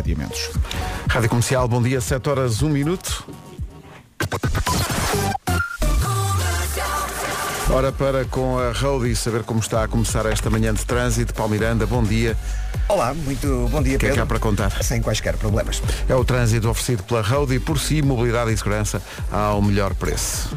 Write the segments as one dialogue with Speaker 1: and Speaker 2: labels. Speaker 1: bombardeamentos. Rádio Comercial, bom dia, 7 horas 1 minuto. Hora para com a Roadie saber como está a começar esta manhã de trânsito. Palmiranda, bom dia.
Speaker 2: Olá, muito bom dia,
Speaker 1: O que é que
Speaker 2: Pedro.
Speaker 1: há para contar?
Speaker 2: Sem quaisquer problemas.
Speaker 1: É o trânsito oferecido pela Roadie por si, mobilidade e segurança ao melhor preço.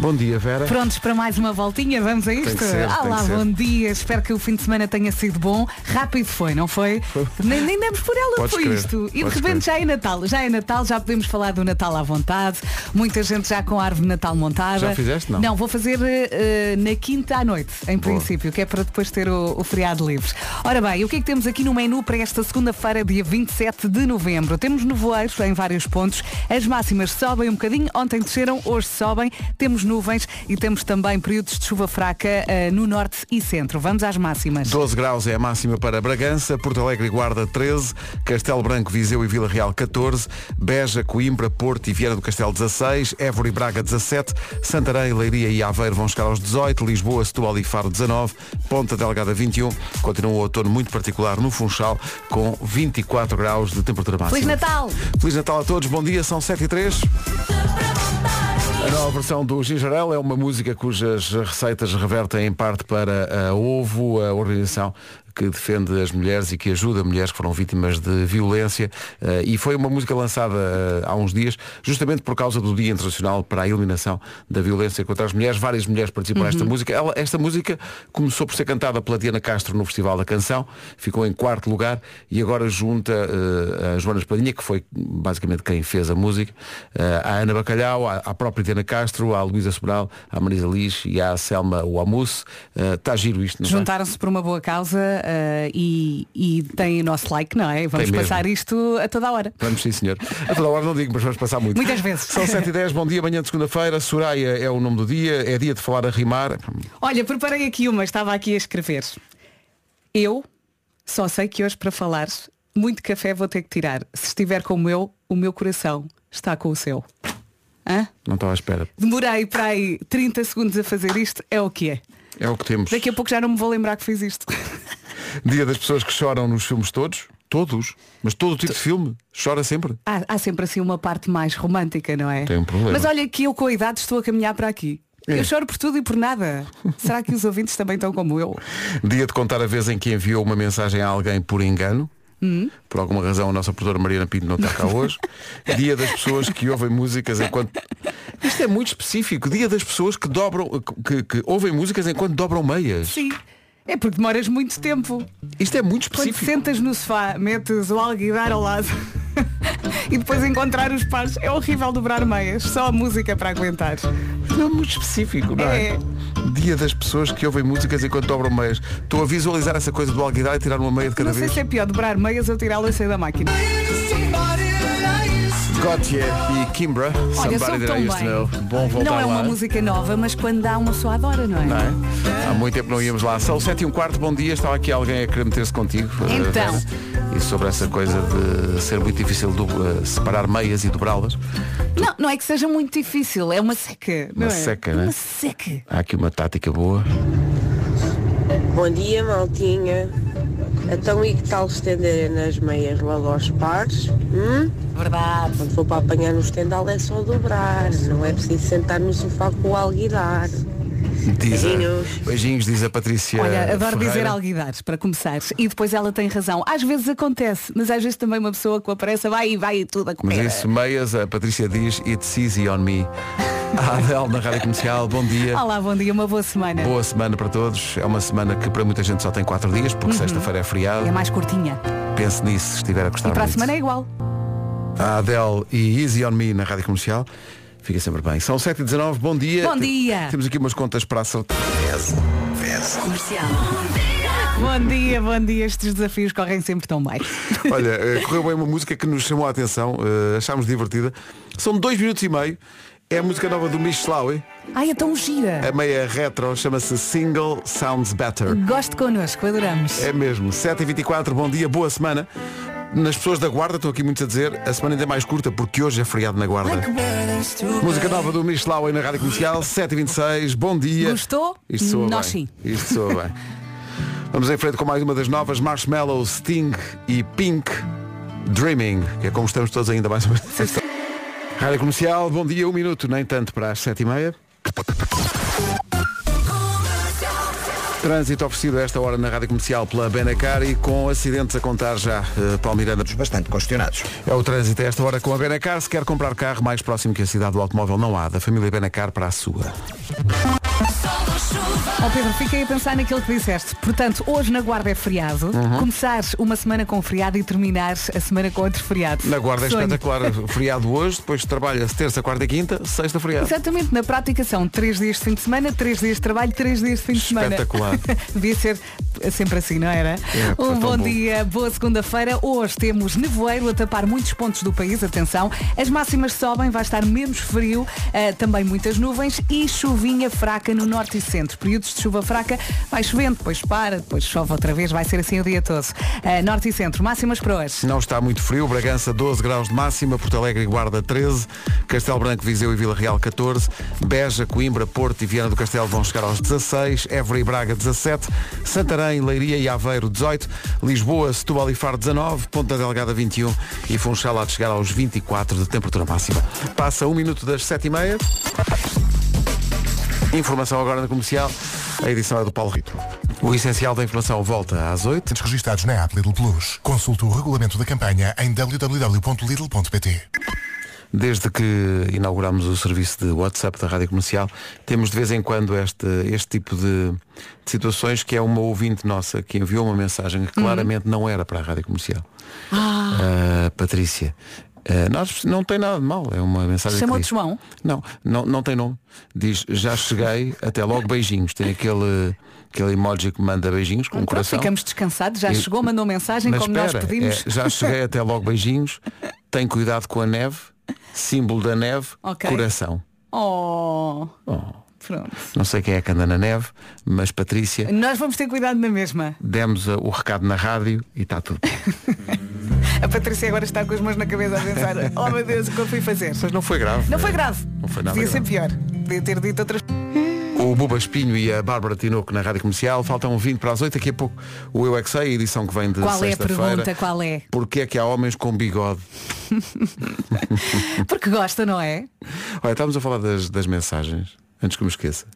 Speaker 1: Bom dia, Vera.
Speaker 3: Prontos para mais uma voltinha? Vamos a isto?
Speaker 1: que ser, tem
Speaker 3: Olá,
Speaker 1: que ser.
Speaker 3: bom dia. Espero que o fim de semana tenha sido bom. Rápido foi, não foi? nem, nem demos por ela,
Speaker 1: Podes
Speaker 3: foi
Speaker 1: crer,
Speaker 3: isto. E de
Speaker 1: podes
Speaker 3: repente
Speaker 1: crer.
Speaker 3: já é Natal. Já é Natal, já podemos falar do Natal à vontade. Muita gente já com a árvore de Natal montada.
Speaker 1: Já fizeste, não?
Speaker 3: Não, vou fazer eh, eh, na quinta à noite, em princípio, que é para depois ter o, o feriado livre. Ora bem, o que é que temos aqui no menu para esta segunda-feira, dia 27 de novembro? Temos nevoeiros em vários pontos, as máximas sobem um bocadinho, ontem desceram, hoje sobem, temos nuvens e temos também períodos de chuva fraca eh, no norte e centro. Vamos às máximas.
Speaker 1: 12 graus é a máxima para Bragança, Porto Alegre e Guarda 13, Castelo Branco, Viseu e Vila Real 14, Beja, Coimbra, Porto e Viana do Castelo 16, Évora e Braga 17, Santarém, Leiria e Aveiro vão chegar aos 18, Lisboa, Setúbal e Faro 19, Ponta Delgada 21, continua o outono muito particular no Funchal com 24 graus de temperatura máxima.
Speaker 3: Feliz Natal!
Speaker 1: Feliz Natal a todos, bom dia, são 7 e 3. A nova versão do Gingerel é uma música cujas receitas revertem em parte para a OVO, a organização que defende as mulheres e que ajuda mulheres que foram vítimas de violência. Eh, E foi uma música lançada eh, há uns dias, justamente por causa do Dia Internacional para a Eliminação da Violência contra as Mulheres. Várias mulheres participaram desta música. Ela- esta música começou por ser cantada pela Diana Castro no Festival da Canção, ficou em quarto lugar e agora junta eh, a Joana Espadinha, que foi basicamente quem fez a música, eh, à Ana Bacalhau, à, à própria Diana Castro, à Luísa Sobral, à Marisa Lix e à Selma Wamus. Está giro isto, não está?
Speaker 3: Juntaram-se por uma boa causa eh, e, e têm o nosso like, não é? Vamos
Speaker 1: Tem mesmo.
Speaker 3: passar isto a toda a hora.
Speaker 1: Vamos sim, senhor. A toda hora não digo, mas vamos passar muito.
Speaker 3: Muitas vezes.
Speaker 1: São 7h10, bom dia, manhã de segunda-feira. Soraya é o nome do dia, é dia de falar a rimar.
Speaker 3: Olha, preparei aqui uma, estava aqui a escrever. Eu só sei que hoje para falar, muito café vou ter que tirar. Se estiver como eu, o meu coração está com o seu. Hã?
Speaker 1: Não estava à espera.
Speaker 3: Demorei para aí 30 segundos a fazer isto, é o que é.
Speaker 1: É o que temos.
Speaker 3: Daqui a pouco já não me vou lembrar que fiz isto.
Speaker 1: Dia das pessoas que choram nos filmes todos. Todos. Mas todo tipo de filme. Chora sempre.
Speaker 3: Há, há sempre assim uma parte mais romântica, não é?
Speaker 1: Tem um problema.
Speaker 3: Mas olha que eu com a idade estou a caminhar para aqui.
Speaker 1: É.
Speaker 3: Eu choro por tudo e por nada. Será que os ouvintes também estão como eu?
Speaker 1: Dia de contar a vez em que enviou uma mensagem a alguém por engano.
Speaker 3: Hum?
Speaker 1: Por alguma razão a nossa produtora Mariana Pinto não está cá hoje. Dia das pessoas que ouvem músicas enquanto. Isto é muito específico. Dia das pessoas que dobram, que, que ouvem músicas enquanto dobram meias.
Speaker 3: Sim. É porque demoras muito tempo.
Speaker 1: Isto é muito
Speaker 3: Quando
Speaker 1: específico.
Speaker 3: sentas no sofá, metes o alguidar ao lado e depois encontrar os pares, é horrível dobrar meias, só a música para aguentar.
Speaker 1: Não é muito específico, não é?
Speaker 3: É.
Speaker 1: Dia das pessoas que ouvem músicas enquanto dobram meias. Estou a visualizar essa coisa do alguidar e tirar uma meia de cada
Speaker 3: Não sei
Speaker 1: vez.
Speaker 3: se é pior dobrar meias ou tirá-la e sair da máquina.
Speaker 1: Gotye e Kimbra.
Speaker 3: Olha, sou
Speaker 1: That
Speaker 3: tão
Speaker 1: I Used to Know.
Speaker 3: bem.
Speaker 1: Bom voltar
Speaker 3: não é
Speaker 1: lá.
Speaker 3: uma música nova, mas quando dá uma pessoa adora, não é?
Speaker 1: Não é? Há muito tempo não íamos lá. São 7 e um quarto, bom dia. Estava aqui alguém a querer meter-se contigo. eh,
Speaker 3: Então.
Speaker 1: Vera. E sobre essa coisa de ser muito difícil do- eh, separar meias e dobrá-las.
Speaker 3: Não, não é que seja muito difícil, é uma seca. não
Speaker 1: Uma
Speaker 3: é?
Speaker 1: seca, né?
Speaker 3: Uma seca.
Speaker 1: Há aqui uma tática boa.
Speaker 4: Bom dia, maltinha. Então, e que tal estenderem as meias logo aos pares? Hum?
Speaker 3: Verdade.
Speaker 4: Quando for para apanhar no estendal é só dobrar, não é preciso sentar no sofá com o alguidar.
Speaker 1: Diz a-
Speaker 4: Beijinhos.
Speaker 1: Beijinhos, diz a Patrícia.
Speaker 3: Olha, adoro
Speaker 1: Ferreira.
Speaker 3: dizer alguidares para começar. E depois ela tem razão. Às vezes acontece, mas às vezes também uma pessoa com a pressa vai e vai e tudo a
Speaker 1: Mas
Speaker 3: comer.
Speaker 1: isso, meias, a Patrícia diz It's easy on me. A Adele na Rádio Comercial, bom dia.
Speaker 3: Olá, bom dia, uma boa semana.
Speaker 1: Boa semana para todos. É uma semana que para muita gente só tem 4 dias, porque sexta-feira é feriado.
Speaker 3: Uhum. É mais curtinha.
Speaker 1: Pense nisso se estiver a gostar
Speaker 3: E para a
Speaker 1: muito.
Speaker 3: semana é igual.
Speaker 1: a Adele e Easy On Me na Rádio Comercial. Fica sempre bem. São 7h19, bom dia.
Speaker 3: Bom
Speaker 1: Te-
Speaker 3: dia.
Speaker 1: Temos aqui umas contas para acertar.
Speaker 3: Bom dia, bom dia. Estes desafios correm sempre tão bem.
Speaker 1: Olha, eh, correu bem uma música que nos chamou a atenção, eh, achámos divertida. São dois minutos e meio. É a música nova do Mish Slaue,
Speaker 3: Ai, é tão gira.
Speaker 1: a meia retro, chama-se Single Sounds Better.
Speaker 3: Gosto connosco, adoramos.
Speaker 1: É mesmo, 7h24, bom dia, boa semana. Nas pessoas da Guarda, estão aqui muitos a dizer, a semana ainda é mais curta, porque hoje é feriado na Guarda. Música nova do Mish Slaue na Rádio Comercial, 7h26, bom dia.
Speaker 3: Gostou?
Speaker 1: Isto soa
Speaker 3: Nós
Speaker 1: bem.
Speaker 3: sim.
Speaker 1: Isto soa bem. Vamos em frente com mais uma das novas Marshmallow, Sting e Pink Dreaming, que é como estamos todos ainda mais ou menos. Rádio Comercial, bom dia, um minuto, nem tanto para as sete e meia. Trânsito oferecido a esta hora na Rádio Comercial pela Benacar e com acidentes a contar já. Uh, Paulo Miranda.
Speaker 2: Bastante questionados.
Speaker 1: É o trânsito a esta hora com a Benacar. Se quer comprar carro mais próximo que a cidade do automóvel, não há. Da família Benacar para a sua.
Speaker 3: Ó Pedro, fiquei a pensar naquilo que disseste. Portanto, hoje na Guarda é feriado.
Speaker 1: Uhum.
Speaker 3: Começar uma semana com feriado e terminar a semana com outro feriado.
Speaker 1: Na Guarda é
Speaker 3: Sonho.
Speaker 1: espetacular. feriado hoje, depois trabalha-se terça, quarta e quinta, sexta feriado.
Speaker 3: Exatamente, na prática são três dias de fim de semana, três dias de trabalho, três dias de fim de semana.
Speaker 1: Espetacular.
Speaker 3: Devia ser sempre assim, não era?
Speaker 1: pá,
Speaker 3: um
Speaker 1: tão
Speaker 3: bom,
Speaker 1: bom.
Speaker 3: dia, boa segunda-feira. Hoje temos nevoeiro a tapar muitos pontos do país, atenção. As máximas sobem, vai estar menos frio, ah, também muitas nuvens e chuvinha fraca no norte e centro. Períodos de chuva fraca, vai chovendo, depois para, depois chove outra vez, vai ser assim o dia todo. Ah, norte e centro, máximas para hoje.
Speaker 1: Não está muito frio, Bragança 12 graus de máxima, Porto Alegre e Guarda 13, Castelo Branco, Viseu e Vila Real 14, Beja, Coimbra, Porto e Viana do Castelo vão chegar aos 16, Évora e Braga 17, Santarém, Leiria e Aveiro 18, Lisboa, Setúbal e Faro 19, Ponta Delgada 21 e Funchal há de chegar aos 24 de temperatura máxima. Passa um minuto das 7h30. Informação agora na comercial, a edição é do Paulo Rito. O essencial da informação volta às 8.
Speaker 5: Clientes registados na app Lidl Plus. Consulte o regulamento da campanha em www.lidl.pt.
Speaker 1: Desde que inauguramos o serviço de WhatsApp da Rádio Comercial, temos de vez em quando este, este tipo de, de situações que é uma ouvinte nossa que enviou uma mensagem que
Speaker 3: Uhum.
Speaker 1: claramente não era para a Rádio Comercial. Ah, Patrícia. ah, nós, não tem nada de mal, é uma mensagem. que
Speaker 3: Chamou-te
Speaker 1: diz-
Speaker 3: João?
Speaker 1: Não, não, não tem nome. Diz, já cheguei, até logo beijinhos. Tem aquele, aquele emoji que manda beijinhos com um
Speaker 3: Pronto,
Speaker 1: coração.
Speaker 3: ficamos descansados, já
Speaker 1: E-
Speaker 3: chegou, mandou mensagem,
Speaker 1: Mas
Speaker 3: como nós
Speaker 1: espera,
Speaker 3: pedimos.
Speaker 1: é, já cheguei até logo beijinhos. Tem cuidado com a neve. Símbolo da neve,
Speaker 3: Ok.
Speaker 1: coração.
Speaker 3: Oh. Pronto.
Speaker 1: Não sei quem é que anda na neve, mas Patrícia,
Speaker 3: Nós vamos ter cuidado na mesma.
Speaker 1: demos uh, o recado na rádio e está tudo.
Speaker 3: A Patrícia agora está com as mãos na cabeça a pensar, oh meu Deus, o que eu fui fazer?
Speaker 1: Mas não foi grave.
Speaker 3: Não foi grave.
Speaker 1: Não foi nada
Speaker 3: Podia ser
Speaker 1: grave.
Speaker 3: pior. Podia ter dito outras
Speaker 1: O Buba Espinho e a Bárbara Tinoco na Rádio Comercial Faltam 20 para as 8, daqui a pouco o Eu É Que Sei, a edição que vem de
Speaker 3: Qual é a
Speaker 1: sexta-feira
Speaker 3: pergunta? Qual é?
Speaker 1: Porquê é que há homens com bigode?
Speaker 3: Porque gosta, não é?
Speaker 1: Olha, estávamos a falar das, das mensagens Antes que me esqueça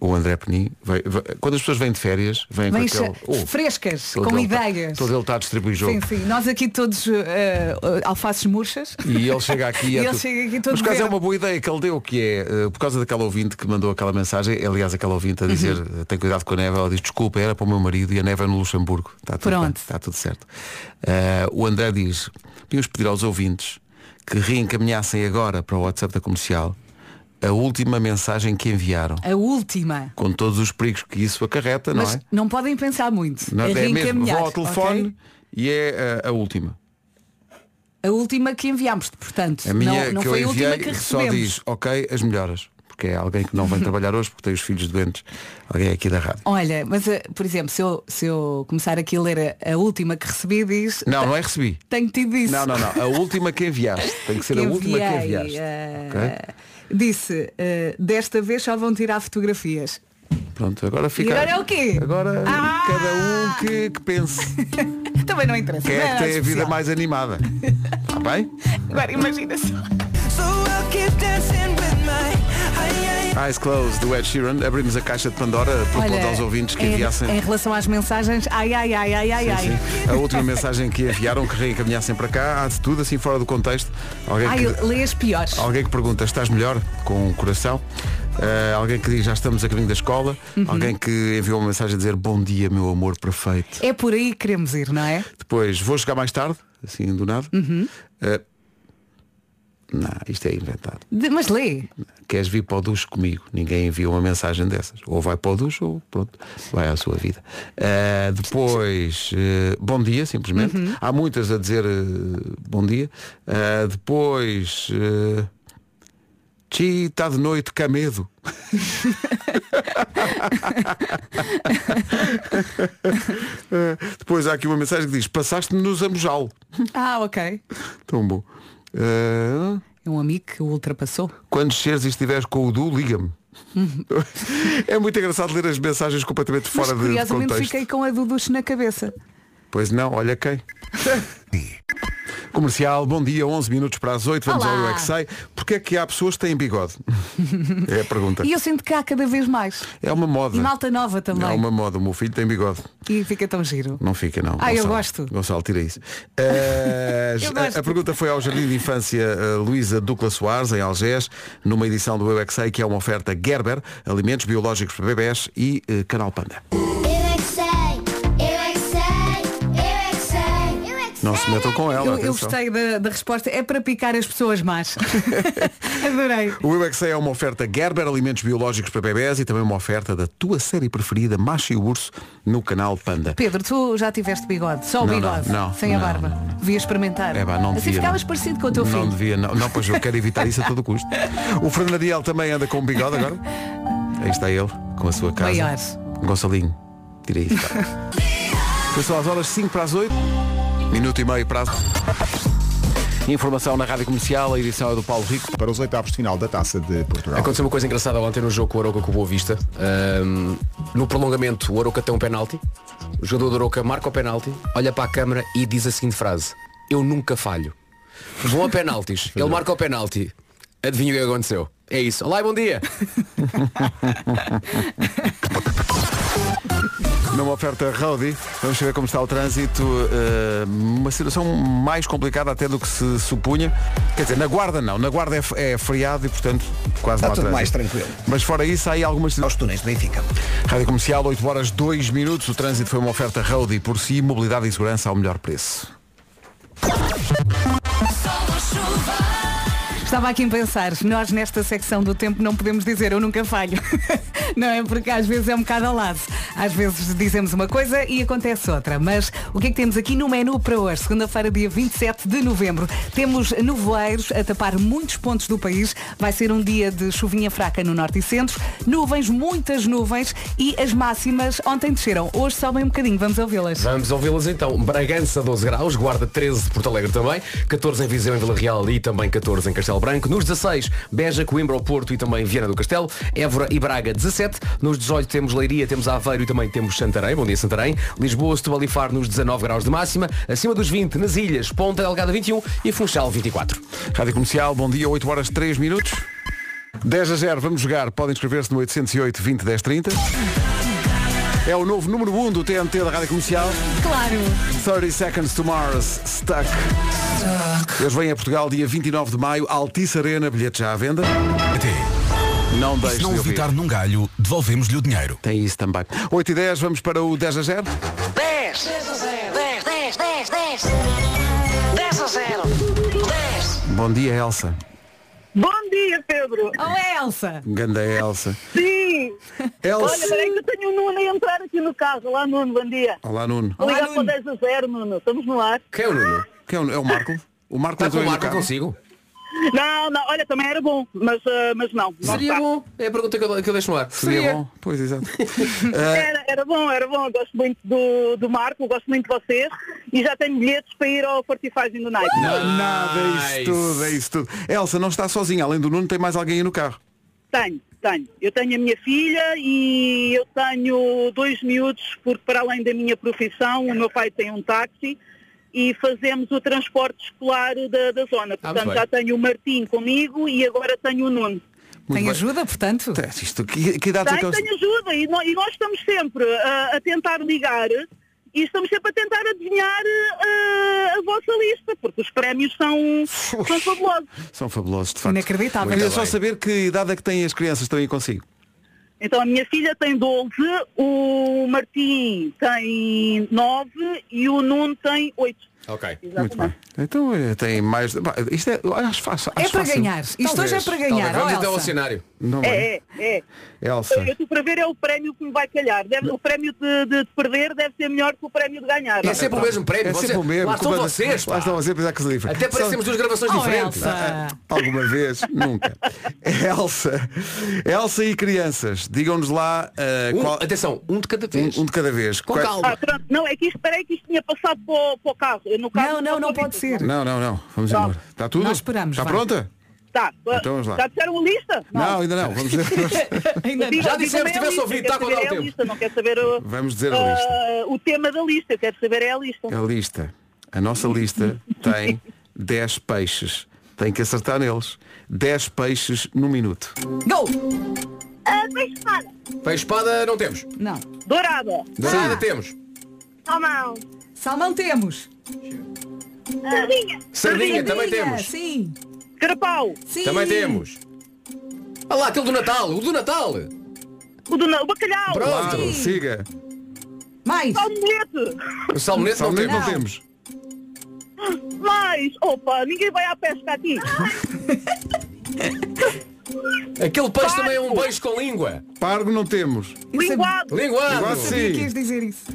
Speaker 1: O André Penin vai- vai- Quando as pessoas vêm de férias Vêm
Speaker 3: Vêm
Speaker 1: com aquele "Oh,
Speaker 3: che- frescas,
Speaker 1: todo
Speaker 3: com
Speaker 1: ele tá-
Speaker 3: ideias.
Speaker 1: Todo ele está a distribuir jogo
Speaker 3: Sim, sim. Nós aqui todos eh, eh, alfaces murchas.
Speaker 1: E ele chega aqui
Speaker 3: E
Speaker 1: é
Speaker 3: ele
Speaker 1: tudo.
Speaker 3: chega aqui todo
Speaker 1: Mas por acaso é
Speaker 3: verde.
Speaker 1: uma boa ideia que ele deu Que é, eh, por causa daquela ouvinte que mandou aquela mensagem Aliás, aquela ouvinte
Speaker 3: Uhum.
Speaker 1: a dizer Tem cuidado com a neve, ela diz desculpa, era para o meu marido E a neve é no Luxemburgo Está tudo,
Speaker 3: Pronto.
Speaker 1: bem, está tudo certo Eh, O André diz Podíamos pedir aos ouvintes Que reencaminhassem agora para o WhatsApp da Comercial A última mensagem que enviaram
Speaker 3: A última.
Speaker 1: Com todos os perigos que isso acarreta,
Speaker 3: Mas
Speaker 1: não é?
Speaker 3: não podem pensar muito.
Speaker 1: Não, é mesmo, vou
Speaker 3: Reencaminhar,
Speaker 1: ao telefone
Speaker 3: ok?
Speaker 1: E é eh, a última
Speaker 3: A última que enviámos, portanto.
Speaker 1: A minha é
Speaker 3: não não
Speaker 1: que
Speaker 3: foi
Speaker 1: eu
Speaker 3: a última
Speaker 1: enviei
Speaker 3: que
Speaker 1: só
Speaker 3: recebemos.
Speaker 1: diz, ok, as melhoras. Porque é alguém que não vem trabalhar hoje porque tem os filhos doentes. Alguém aqui da rádio.
Speaker 3: Olha, mas eh, por exemplo, se eu, se eu começar aqui a ler a, a última que recebi, diz.
Speaker 1: Não, não é recebi.
Speaker 3: Tenho tido isso.
Speaker 1: Não, não, não. A última que enviaste. Tem que ser a última que
Speaker 3: enviei,
Speaker 1: enviaste.
Speaker 3: eh, Disse, eh, desta vez só vão tirar fotografias.
Speaker 1: Ok? Pronto, agora fica.
Speaker 3: E agora é o quê?
Speaker 1: Agora
Speaker 3: Ah!
Speaker 1: cada um que, que pense.
Speaker 3: Também não interessa.
Speaker 1: Quem
Speaker 3: não
Speaker 1: é que tem a vida
Speaker 3: artificial.
Speaker 1: mais animada? Está bem?
Speaker 3: Agora imagina só.
Speaker 1: Eyes Closed do Ed Sheeran. Abrimos a caixa de Pandora, propondo aos ouvintes que
Speaker 3: em-
Speaker 1: enviassem.
Speaker 3: Em relação às mensagens, ai, ai, ai, ai, é ai, ai.
Speaker 1: Sim. A última mensagem que enviaram, que reencaminhassem para cá, há de tudo assim fora do contexto. Alguém
Speaker 3: Ai,
Speaker 1: que...
Speaker 3: eu- lê as piores.
Speaker 1: Alguém que pergunta, estás melhor? Com o coração. Ah, alguém que diz, já estamos a caminho da escola. Alguém que enviou uma mensagem a dizer, bom dia, meu amor perfeito.
Speaker 3: É por aí que queremos ir, não é?
Speaker 1: Depois, vou chegar mais tarde, assim do nada. Ah, não, isto é inventado.
Speaker 3: De- mas lê.
Speaker 1: Queres vir para o duche comigo? Ninguém envia uma mensagem dessas. Ou vai para o duche ou pronto, vai à sua vida. Ah, depois, eh, bom dia, simplesmente. Há muitas a dizer eh, bom dia. Ah, depois, eh, Chi, está de noite, cá medo. Eh, depois há aqui uma mensagem que diz, passaste-me nos Amojal.
Speaker 3: Ah, ok.
Speaker 1: Tão bom. Ah,
Speaker 3: É um amigo que o ultrapassou. Uhum.
Speaker 1: quando chegares e estiveres com o Du, liga-me. é muito engraçado ler as mensagens completamente fora
Speaker 3: Mas
Speaker 1: de- de
Speaker 3: curiosamente
Speaker 1: contexto.
Speaker 3: fiquei com a Duduche na cabeça.
Speaker 1: Pois não, olha quem. Comercial, bom dia, 11 minutos para as 8, vamos
Speaker 3: Olá.
Speaker 1: ao UXA. Porquê é que há pessoas que têm bigode? é a pergunta.
Speaker 3: E eu sinto que há cada vez mais.
Speaker 1: É uma moda.
Speaker 3: E malta nova também.
Speaker 1: É uma moda, o meu filho tem bigode.
Speaker 3: E fica tão giro.
Speaker 1: Não fica, não.
Speaker 3: Ah, eu
Speaker 1: Gonçalo.
Speaker 3: gosto.
Speaker 1: Gonçalo, tira isso. Eh,
Speaker 3: Eu
Speaker 1: a-
Speaker 3: gosto.
Speaker 1: A pergunta foi ao Jardim de Infância eh, Luísa Ducla Soares, em Algés, numa edição do UXA, que é uma oferta Gerber, alimentos biológicos para bebés e eh, Canal Panda. Não se metam com ela.
Speaker 3: Eu, eu
Speaker 1: atenção.
Speaker 3: gostei da, da resposta. É para picar as pessoas más. Adorei.
Speaker 1: O UXA é uma oferta Gerber, alimentos biológicos para bebés e também uma oferta da tua série preferida, Macho e o Urso, no canal Panda.
Speaker 3: Pedro, tu já tiveste bigode, só o
Speaker 1: Não,
Speaker 3: bigode,
Speaker 1: não, não,
Speaker 3: sem a
Speaker 1: não,
Speaker 3: barba.
Speaker 1: não,
Speaker 3: Devia experimentar.
Speaker 1: É, pá, não
Speaker 3: assim
Speaker 1: devia,
Speaker 3: ficavas
Speaker 1: não.
Speaker 3: parecido com o teu
Speaker 1: não
Speaker 3: filho.
Speaker 1: devia, não. Não, pois eu quero evitar isso a todo custo. O Fernando Ariel também anda com um bigode agora. Aí está ele, com a sua casa.
Speaker 3: Maior.
Speaker 1: Gonçalinho, tira isso. pá. Foi só às horas 5 para as 8. Minuto e meio para as... Informação na Rádio Comercial, a edição é do Paulo Rico.
Speaker 6: Para os oitavos de final da Taça de Portugal.
Speaker 7: Aconteceu uma coisa engraçada ontem no jogo com o Aroca com o Boa Vista. Ahm, no prolongamento, o Aroca tem um penalti. O jogador do Aroca marca o penalti, olha para a câmara e diz a seguinte frase. Eu nunca falho. Vão a penaltis. Ele marca o penalti. Adivinha o que aconteceu. É isso. Olá e bom dia.
Speaker 1: Numa oferta Rodi, vamos saber como está o trânsito. eh, uma situação mais complicada até do que se supunha. Quer dizer, na guarda não. Na guarda é, f- é feriado e, portanto, quase
Speaker 2: Está
Speaker 1: não há
Speaker 2: tudo
Speaker 1: trânsito.
Speaker 2: mais tranquilo.
Speaker 1: Mas fora isso, há aí algumas
Speaker 2: Aos túneis de Benfica.
Speaker 1: Rádio Comercial, 8 horas 2 minutos. O trânsito foi uma oferta road e por si, mobilidade e segurança ao melhor preço.
Speaker 3: Estava aqui a pensar, nós nesta secção do tempo não podemos dizer eu nunca falho. não é? Porque às vezes é um bocado ao lado. Às vezes dizemos uma coisa e acontece outra. Mas o que é que temos aqui no menu para hoje? Segunda-feira, dia 27 de novembro. Temos nevoeiros a tapar muitos pontos do país. Vai ser um dia de chuvinha fraca no norte e centro. Nuvens, muitas nuvens e as máximas ontem desceram. Hoje sobem um bocadinho, vamos ouvi-las.
Speaker 7: Vamos ouvi-las então. Bragança 12 graus, Guarda 13 de Porto Alegre também, 14 em Viseu em Vila Real e também 14 em Castelo Branco. Nos 16, Beja, Coimbra, Porto e também Viana do Castelo, Évora e Braga 17. Nos 18 temos Leiria, temos Aveiro e também temos Santarém. Bom dia Santarém. Lisboa, Setúbal e Faro nos 19 graus de máxima, acima dos 20 nas Ilhas, Ponta Delgada 21 e Funchal 24.
Speaker 1: Rádio Comercial, bom dia, 8 horas 3 minutos. 10 a 0, vamos jogar. Podem inscrever-se no 808 20 10 30. É o novo número 1 do TNT da Rádio Comercial.
Speaker 3: Claro.
Speaker 1: 30 Seconds to Mars, Stuck. Eles vêm a Portugal dia 29 de maio, Altice Arena, bilhete já à venda. Não deixe
Speaker 8: Se não
Speaker 1: de
Speaker 8: o
Speaker 1: ouvir.
Speaker 8: evitar num galho, devolvemos-lhe o dinheiro.
Speaker 1: Tem isso também. 8 e 10, vamos para o 10 a 0.
Speaker 9: 10, 10, 10, 10, 10, 10 a 0, 10.
Speaker 1: Bom dia, Elsa.
Speaker 10: Bom dia, Pedro.
Speaker 1: é
Speaker 3: Oh, Elsa!
Speaker 1: Ganda Elsa.
Speaker 10: Sim. Olha,
Speaker 1: Elsa.
Speaker 10: peraí que eu tenho o Nuno a entrar aqui no carro. Olá, Nuno, bom dia.
Speaker 1: Olá, Nuno.
Speaker 3: Olá,
Speaker 10: Liga para o
Speaker 3: Nuno.
Speaker 10: 10 a 0, Nuno. Estamos no ar.
Speaker 7: Quem é o Nuno?
Speaker 1: Quem é o- é o Marco? O Marco
Speaker 7: Está Tá com
Speaker 1: entrou
Speaker 7: o
Speaker 1: aí no
Speaker 7: Marco
Speaker 1: carro?
Speaker 7: consigo?
Speaker 10: Não, não, olha, também era bom, mas, ah, mas não. não
Speaker 7: Seria
Speaker 10: está.
Speaker 7: bom. É a pergunta que eu, que eu deixo no ar. Eh,
Speaker 1: Seria bom? Pois, exato. Ah,
Speaker 10: Era, era bom, era bom. Eu Gosto muito do, do Marco, gosto muito de vocês e já tenho bilhetes para ir ao Fortify United.
Speaker 1: Não, Nada, é isso
Speaker 7: Nice.
Speaker 1: tudo, é isso tudo. Elsa não está sozinha, além do Nuno tem mais alguém aí no carro.
Speaker 10: Tenho, tenho. Eu tenho a minha filha e eu tenho dois miúdos, porque para além da minha profissão, o meu pai tem um táxi e fazemos o transporte escolar da, da zona.
Speaker 7: Ah,
Speaker 10: Portanto,
Speaker 7: muito bem.
Speaker 10: já tenho o Martim comigo e agora tenho o Nuno.
Speaker 1: Muito
Speaker 3: Tem
Speaker 1: bem.
Speaker 3: ajuda, portanto?
Speaker 1: Tá, Isto, que, que idade é que
Speaker 10: Tenho,
Speaker 1: eles...
Speaker 10: tenho ajuda e nó- e nós, estamos sempre ah, a tentar ligar e estamos sempre a tentar adivinhar ah, a vossa lista, porque os prémios são, são fabulosos.
Speaker 1: São fabulosos, de facto.
Speaker 3: Inacreditável.
Speaker 1: Queria
Speaker 7: Muito
Speaker 1: só
Speaker 7: bem.
Speaker 1: saber que idade é que têm as crianças que estão aí consigo.
Speaker 10: Então a minha filha tem 12, o Martim tem 9 e o Nuno tem 8.
Speaker 7: Ok.
Speaker 1: Muito bem. Então eh, tem mais. Bah, Isto é. Acho fácil.
Speaker 3: É
Speaker 1: acho
Speaker 3: para
Speaker 1: fácil.
Speaker 3: ganhar. Isto hoje é para ganhar.
Speaker 7: Vamos
Speaker 3: Oh,
Speaker 7: até ao
Speaker 3: Elsa.
Speaker 7: cenário.
Speaker 1: Não é?
Speaker 10: É, é, é.
Speaker 1: Elsa.
Speaker 10: Eu estou para ver é o prémio que me vai calhar. Deve- o prémio de, de perder deve ser melhor que o prémio de ganhar.
Speaker 7: É sempre o mesmo prémio.
Speaker 1: É
Speaker 7: Você-
Speaker 1: sempre o mesmo.
Speaker 7: Lá estão
Speaker 1: Quando-
Speaker 7: vocês. pá.
Speaker 1: Lá estão vocês, apesar que se livre.
Speaker 7: Até
Speaker 1: Só-
Speaker 7: parecemos duas gravações
Speaker 3: Oh,
Speaker 7: diferentes.
Speaker 3: Elsa!
Speaker 1: Alguma vez? Nunca. Elsa. Elsa e crianças, digam-nos lá eh,
Speaker 7: Um-
Speaker 1: qual-
Speaker 7: Atenção, um de cada vez.
Speaker 1: um, um de cada vez.
Speaker 7: Com
Speaker 1: Qual-
Speaker 7: calma.
Speaker 10: Ah, pronto. Não, é que isto, peraí que isto tinha passado para o, para o carro. Eu, no carro
Speaker 3: Não, não, não
Speaker 10: passou
Speaker 3: pode
Speaker 10: isso.
Speaker 3: ser.
Speaker 1: Não, não, não. Vamos
Speaker 10: Tá.
Speaker 1: embora. Está tudo?
Speaker 3: Nós esperamos,
Speaker 1: Está
Speaker 3: vá.
Speaker 1: pronta?
Speaker 10: Tá.
Speaker 1: Então vamos lá.
Speaker 10: Já disseram a lista?
Speaker 1: Não, ainda não. Vamos dizer-
Speaker 10: Ainda
Speaker 7: não. Já dissemos, tivesse ouvido, está a contar o tempo.
Speaker 10: Não quero saber uh,
Speaker 1: Vamos dizer a
Speaker 10: uh,
Speaker 1: lista.
Speaker 10: o tema da lista, eu quero saber é a lista.
Speaker 1: a lista. A nossa lista tem 10 peixes. Tem que acertar neles. 10 peixes no minuto.
Speaker 3: Gol!
Speaker 11: peixe espada,
Speaker 7: Peixe espada não temos.
Speaker 3: Não.
Speaker 10: Dourada.
Speaker 7: Dourada temos.
Speaker 11: salmão,
Speaker 3: Salmão temos.
Speaker 10: Ah,
Speaker 11: sardinha,
Speaker 7: Sardinha, também
Speaker 3: Sardinha,
Speaker 7: temos.
Speaker 3: Sim.
Speaker 10: Carapau.
Speaker 3: Sim.
Speaker 7: Também temos. Ah lá, aquele do Natal, o do Natal.
Speaker 10: O, do, o bacalhau.
Speaker 7: Pronto.
Speaker 1: Claro, siga.
Speaker 3: Mais.
Speaker 10: Salmonete.
Speaker 7: O salmonete não
Speaker 1: Salmonete não
Speaker 7: temos.
Speaker 1: temos.
Speaker 10: Mais. Opa, ninguém vai à pesca aqui.
Speaker 3: Ah,
Speaker 7: Aquele peixe também é um beijo com língua.
Speaker 1: Pargo não temos.
Speaker 10: Linguado.
Speaker 7: Linguado.
Speaker 1: Linguado, sim.
Speaker 3: Sabia que ias é dizer isso.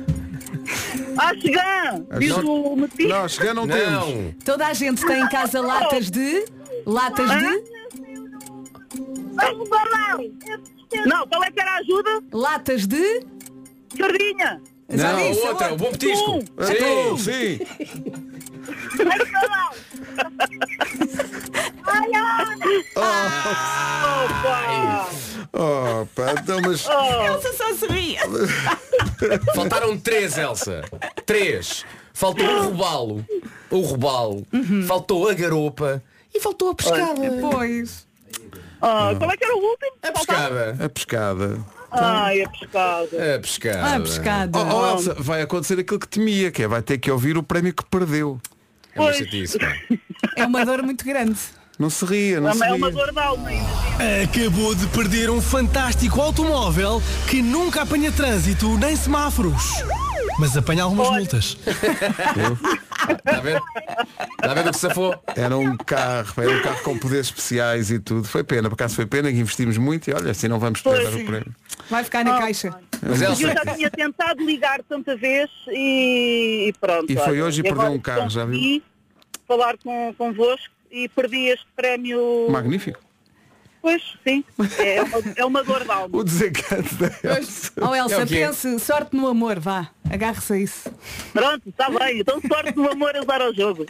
Speaker 10: Axegã.
Speaker 1: É
Speaker 10: Diz o Metido.
Speaker 1: Não, chegar não, temos.
Speaker 7: Não.
Speaker 3: Toda a gente tem em casa latas de. Latas de.
Speaker 11: peixe balão,
Speaker 10: Não, qual é que era a ajuda?
Speaker 3: Latas de.
Speaker 10: Sardinha.
Speaker 3: Já
Speaker 7: Não,
Speaker 10: é
Speaker 3: disse,
Speaker 10: um
Speaker 7: outra, o
Speaker 3: outra.
Speaker 7: bom petisco.
Speaker 10: Atum.
Speaker 1: Então,
Speaker 7: Sim.
Speaker 1: sim.
Speaker 11: peixe balão,
Speaker 10: Opa.
Speaker 1: Opa, então, mas
Speaker 10: Oh.
Speaker 3: Elsa só se ria.
Speaker 7: Faltaram três, Elsa. Três. Faltou o robalo. O robalo. Faltou a garopa. E faltou a pescada.
Speaker 3: Pois.
Speaker 10: Ah, qual é que era o último?
Speaker 7: A pescada.
Speaker 1: a pescada.
Speaker 10: Ai, a pescada.
Speaker 7: A É pescada.
Speaker 10: É
Speaker 3: Ah, pescado.
Speaker 1: Oh, oh, Elsa, vai acontecer aquilo que temia, que é vai ter que ouvir o prémio que perdeu.
Speaker 7: É uma
Speaker 10: Pois.
Speaker 7: chatice, pá.
Speaker 3: É uma dor muito grande.
Speaker 1: Não se ria, não se
Speaker 10: Também é uma
Speaker 1: ria.
Speaker 10: dor de alma. hein?
Speaker 8: Acabou de perder um fantástico automóvel que nunca apanha trânsito nem semáforos. Mas apanha algumas multas.
Speaker 7: Está a ver? Está a ver do que safou?
Speaker 1: Era um carro, era um carro com poderes especiais e tudo. Foi pena, por acaso foi pena que investimos muito e olha, assim não vamos perder o prémio.
Speaker 3: Vai ficar na caixa.
Speaker 7: Mas
Speaker 10: Eu
Speaker 7: Elsa,
Speaker 10: já tinha tentado ligar tanta vez e, e pronto.
Speaker 1: E foi
Speaker 10: olha.
Speaker 1: hoje e
Speaker 10: E agora
Speaker 1: perdeu um carro, já viu?
Speaker 10: consegui falar com, convosco e perdi este prémio.
Speaker 1: Magnífico.
Speaker 10: Pois, sim. É uma, é uma dor de alma.
Speaker 1: O desencanto da Elsa.
Speaker 3: Oh Elsa,
Speaker 7: É o quê?
Speaker 3: pense, sorte no amor, vá. Agarre-se a isso.
Speaker 10: Pronto, está bem. Então sorte no amor a dar ao jogo.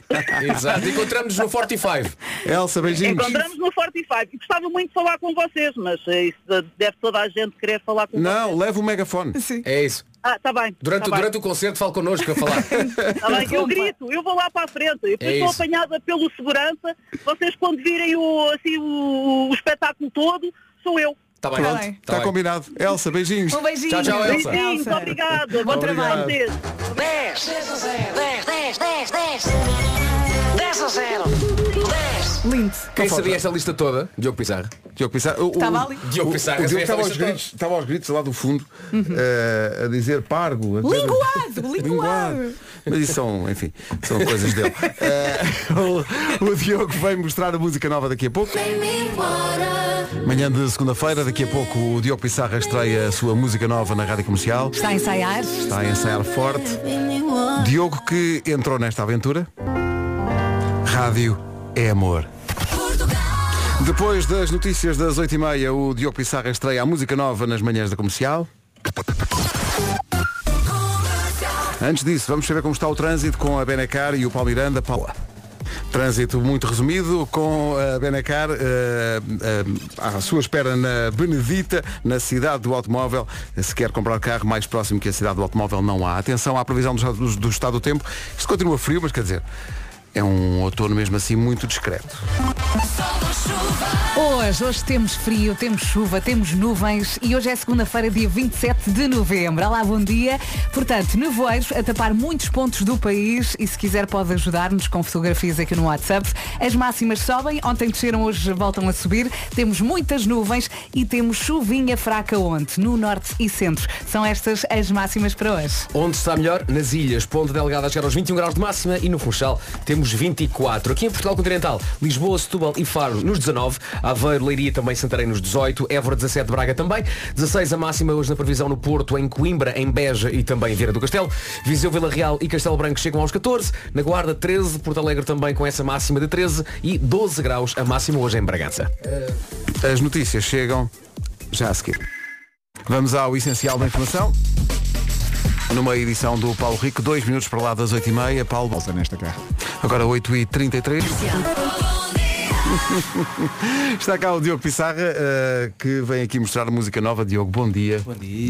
Speaker 7: exato. Encontramos-nos no 45.
Speaker 1: Elsa, beijinhos.
Speaker 10: Encontramos no Fortify. E Gostava muito de falar com vocês, mas eh, isso deve toda a gente querer falar com vocês.
Speaker 1: Não, leva o megafone.
Speaker 3: Sim.
Speaker 7: É isso.
Speaker 10: Ah, está bem.
Speaker 7: Durante,
Speaker 10: tá
Speaker 7: durante o concerto fala connosco a falar.
Speaker 10: bem, tá bem. Eu grito, eu vou lá para a frente. Eu depois
Speaker 7: É
Speaker 10: sou
Speaker 7: isso.
Speaker 10: apanhada pelo segurança. Vocês quando virem o, assim, o, o espetáculo todo, sou eu.
Speaker 7: Está bem.
Speaker 3: Pronto.
Speaker 7: Tá
Speaker 1: Está
Speaker 7: bem.
Speaker 1: combinado. Elsa, beijinhos.
Speaker 3: Um beijinho.
Speaker 7: Tchau,
Speaker 12: Então é
Speaker 7: tchau, Elsa.
Speaker 10: Beijinhos, obrigada.
Speaker 3: Bom
Speaker 10: Obrigado.
Speaker 3: trabalho.
Speaker 10: Vocês.
Speaker 9: 10, 10, 10, 10, 10, 10 a 0, 10,
Speaker 3: Lindo.
Speaker 7: Quem sabia esta lista toda? Diogo Pizarro.
Speaker 1: Diogo Pissarro. O- o-
Speaker 3: Estava ali.
Speaker 7: Diogo
Speaker 1: o-
Speaker 7: Pissarro,
Speaker 1: o Diogo
Speaker 7: essa é
Speaker 1: estava, aos
Speaker 7: lista toda.
Speaker 1: gritos, estava aos gritos lá do fundo
Speaker 3: Uhum.
Speaker 1: eh, a dizer pargo. a dizer-
Speaker 3: Linguado, linguado.
Speaker 1: Mas isso são, enfim, são coisas dele. Eh, o, o Diogo vai mostrar a música nova daqui a pouco. Manhã de segunda-feira, daqui a pouco o Diogo Pissarra estreia a sua música nova na Rádio Comercial.
Speaker 3: Está a ensaiar.
Speaker 1: Está a ensaiar forte. Diogo que entrou nesta aventura. Rádio é amor. Depois das notícias das 8h30, o Diogo Pissarra estreia a música nova nas manhãs da comercial. Antes disso, vamos saber como está o trânsito com a Benacar e o Paulo Miranda. Paulo. Trânsito muito resumido com a Benacar eh, eh, à sua espera na Benedita, na cidade do automóvel. Se quer comprar carro mais próximo que a cidade do automóvel, não há. Atenção à previsão do, do- do estado do tempo. Isto continua frio, mas quer dizer, é um outono mesmo assim muito discreto.
Speaker 3: Hoje, hoje temos frio, temos chuva, temos nuvens e hoje é segunda-feira, dia 27 de novembro. Olá, bom dia. Portanto, nevoeiros a tapar muitos pontos do país e se quiser pode ajudar-nos com fotografias aqui no WhatsApp. As máximas sobem, ontem desceram, hoje voltam a subir. Temos muitas nuvens e temos chuvinha fraca onde? No norte e centro. São estas as máximas para hoje.
Speaker 7: Onde está melhor? Nas ilhas. Ponte Delgada a chegar aos 21 graus de máxima e no Funchal temos 24. Aqui em Portugal Continental, Lisboa, Setúbal e Faro nos 19. Aveiro, Leiria também Santarém nos 18. Évora 17, Braga também. 16 a máxima hoje na previsão no Porto, em Coimbra, em Beja e também em Vieira do Castelo. Viseu, Vila Real e Castelo Branco chegam aos 14. Na Guarda 13, Porto Alegre também com essa máxima de 13 e 12 graus a máxima hoje em Bragança.
Speaker 1: As notícias chegam já a seguir. Vamos ao essencial da informação. Numa edição do Paulo Rico, dois minutos para lá das 8h30. Paulo,
Speaker 6: Pausa nesta guerra.
Speaker 1: agora 8h33. Está cá o Diogo Pissarra, eh, que vem aqui mostrar música nova. Diogo, bom dia. Bom
Speaker 13: dia.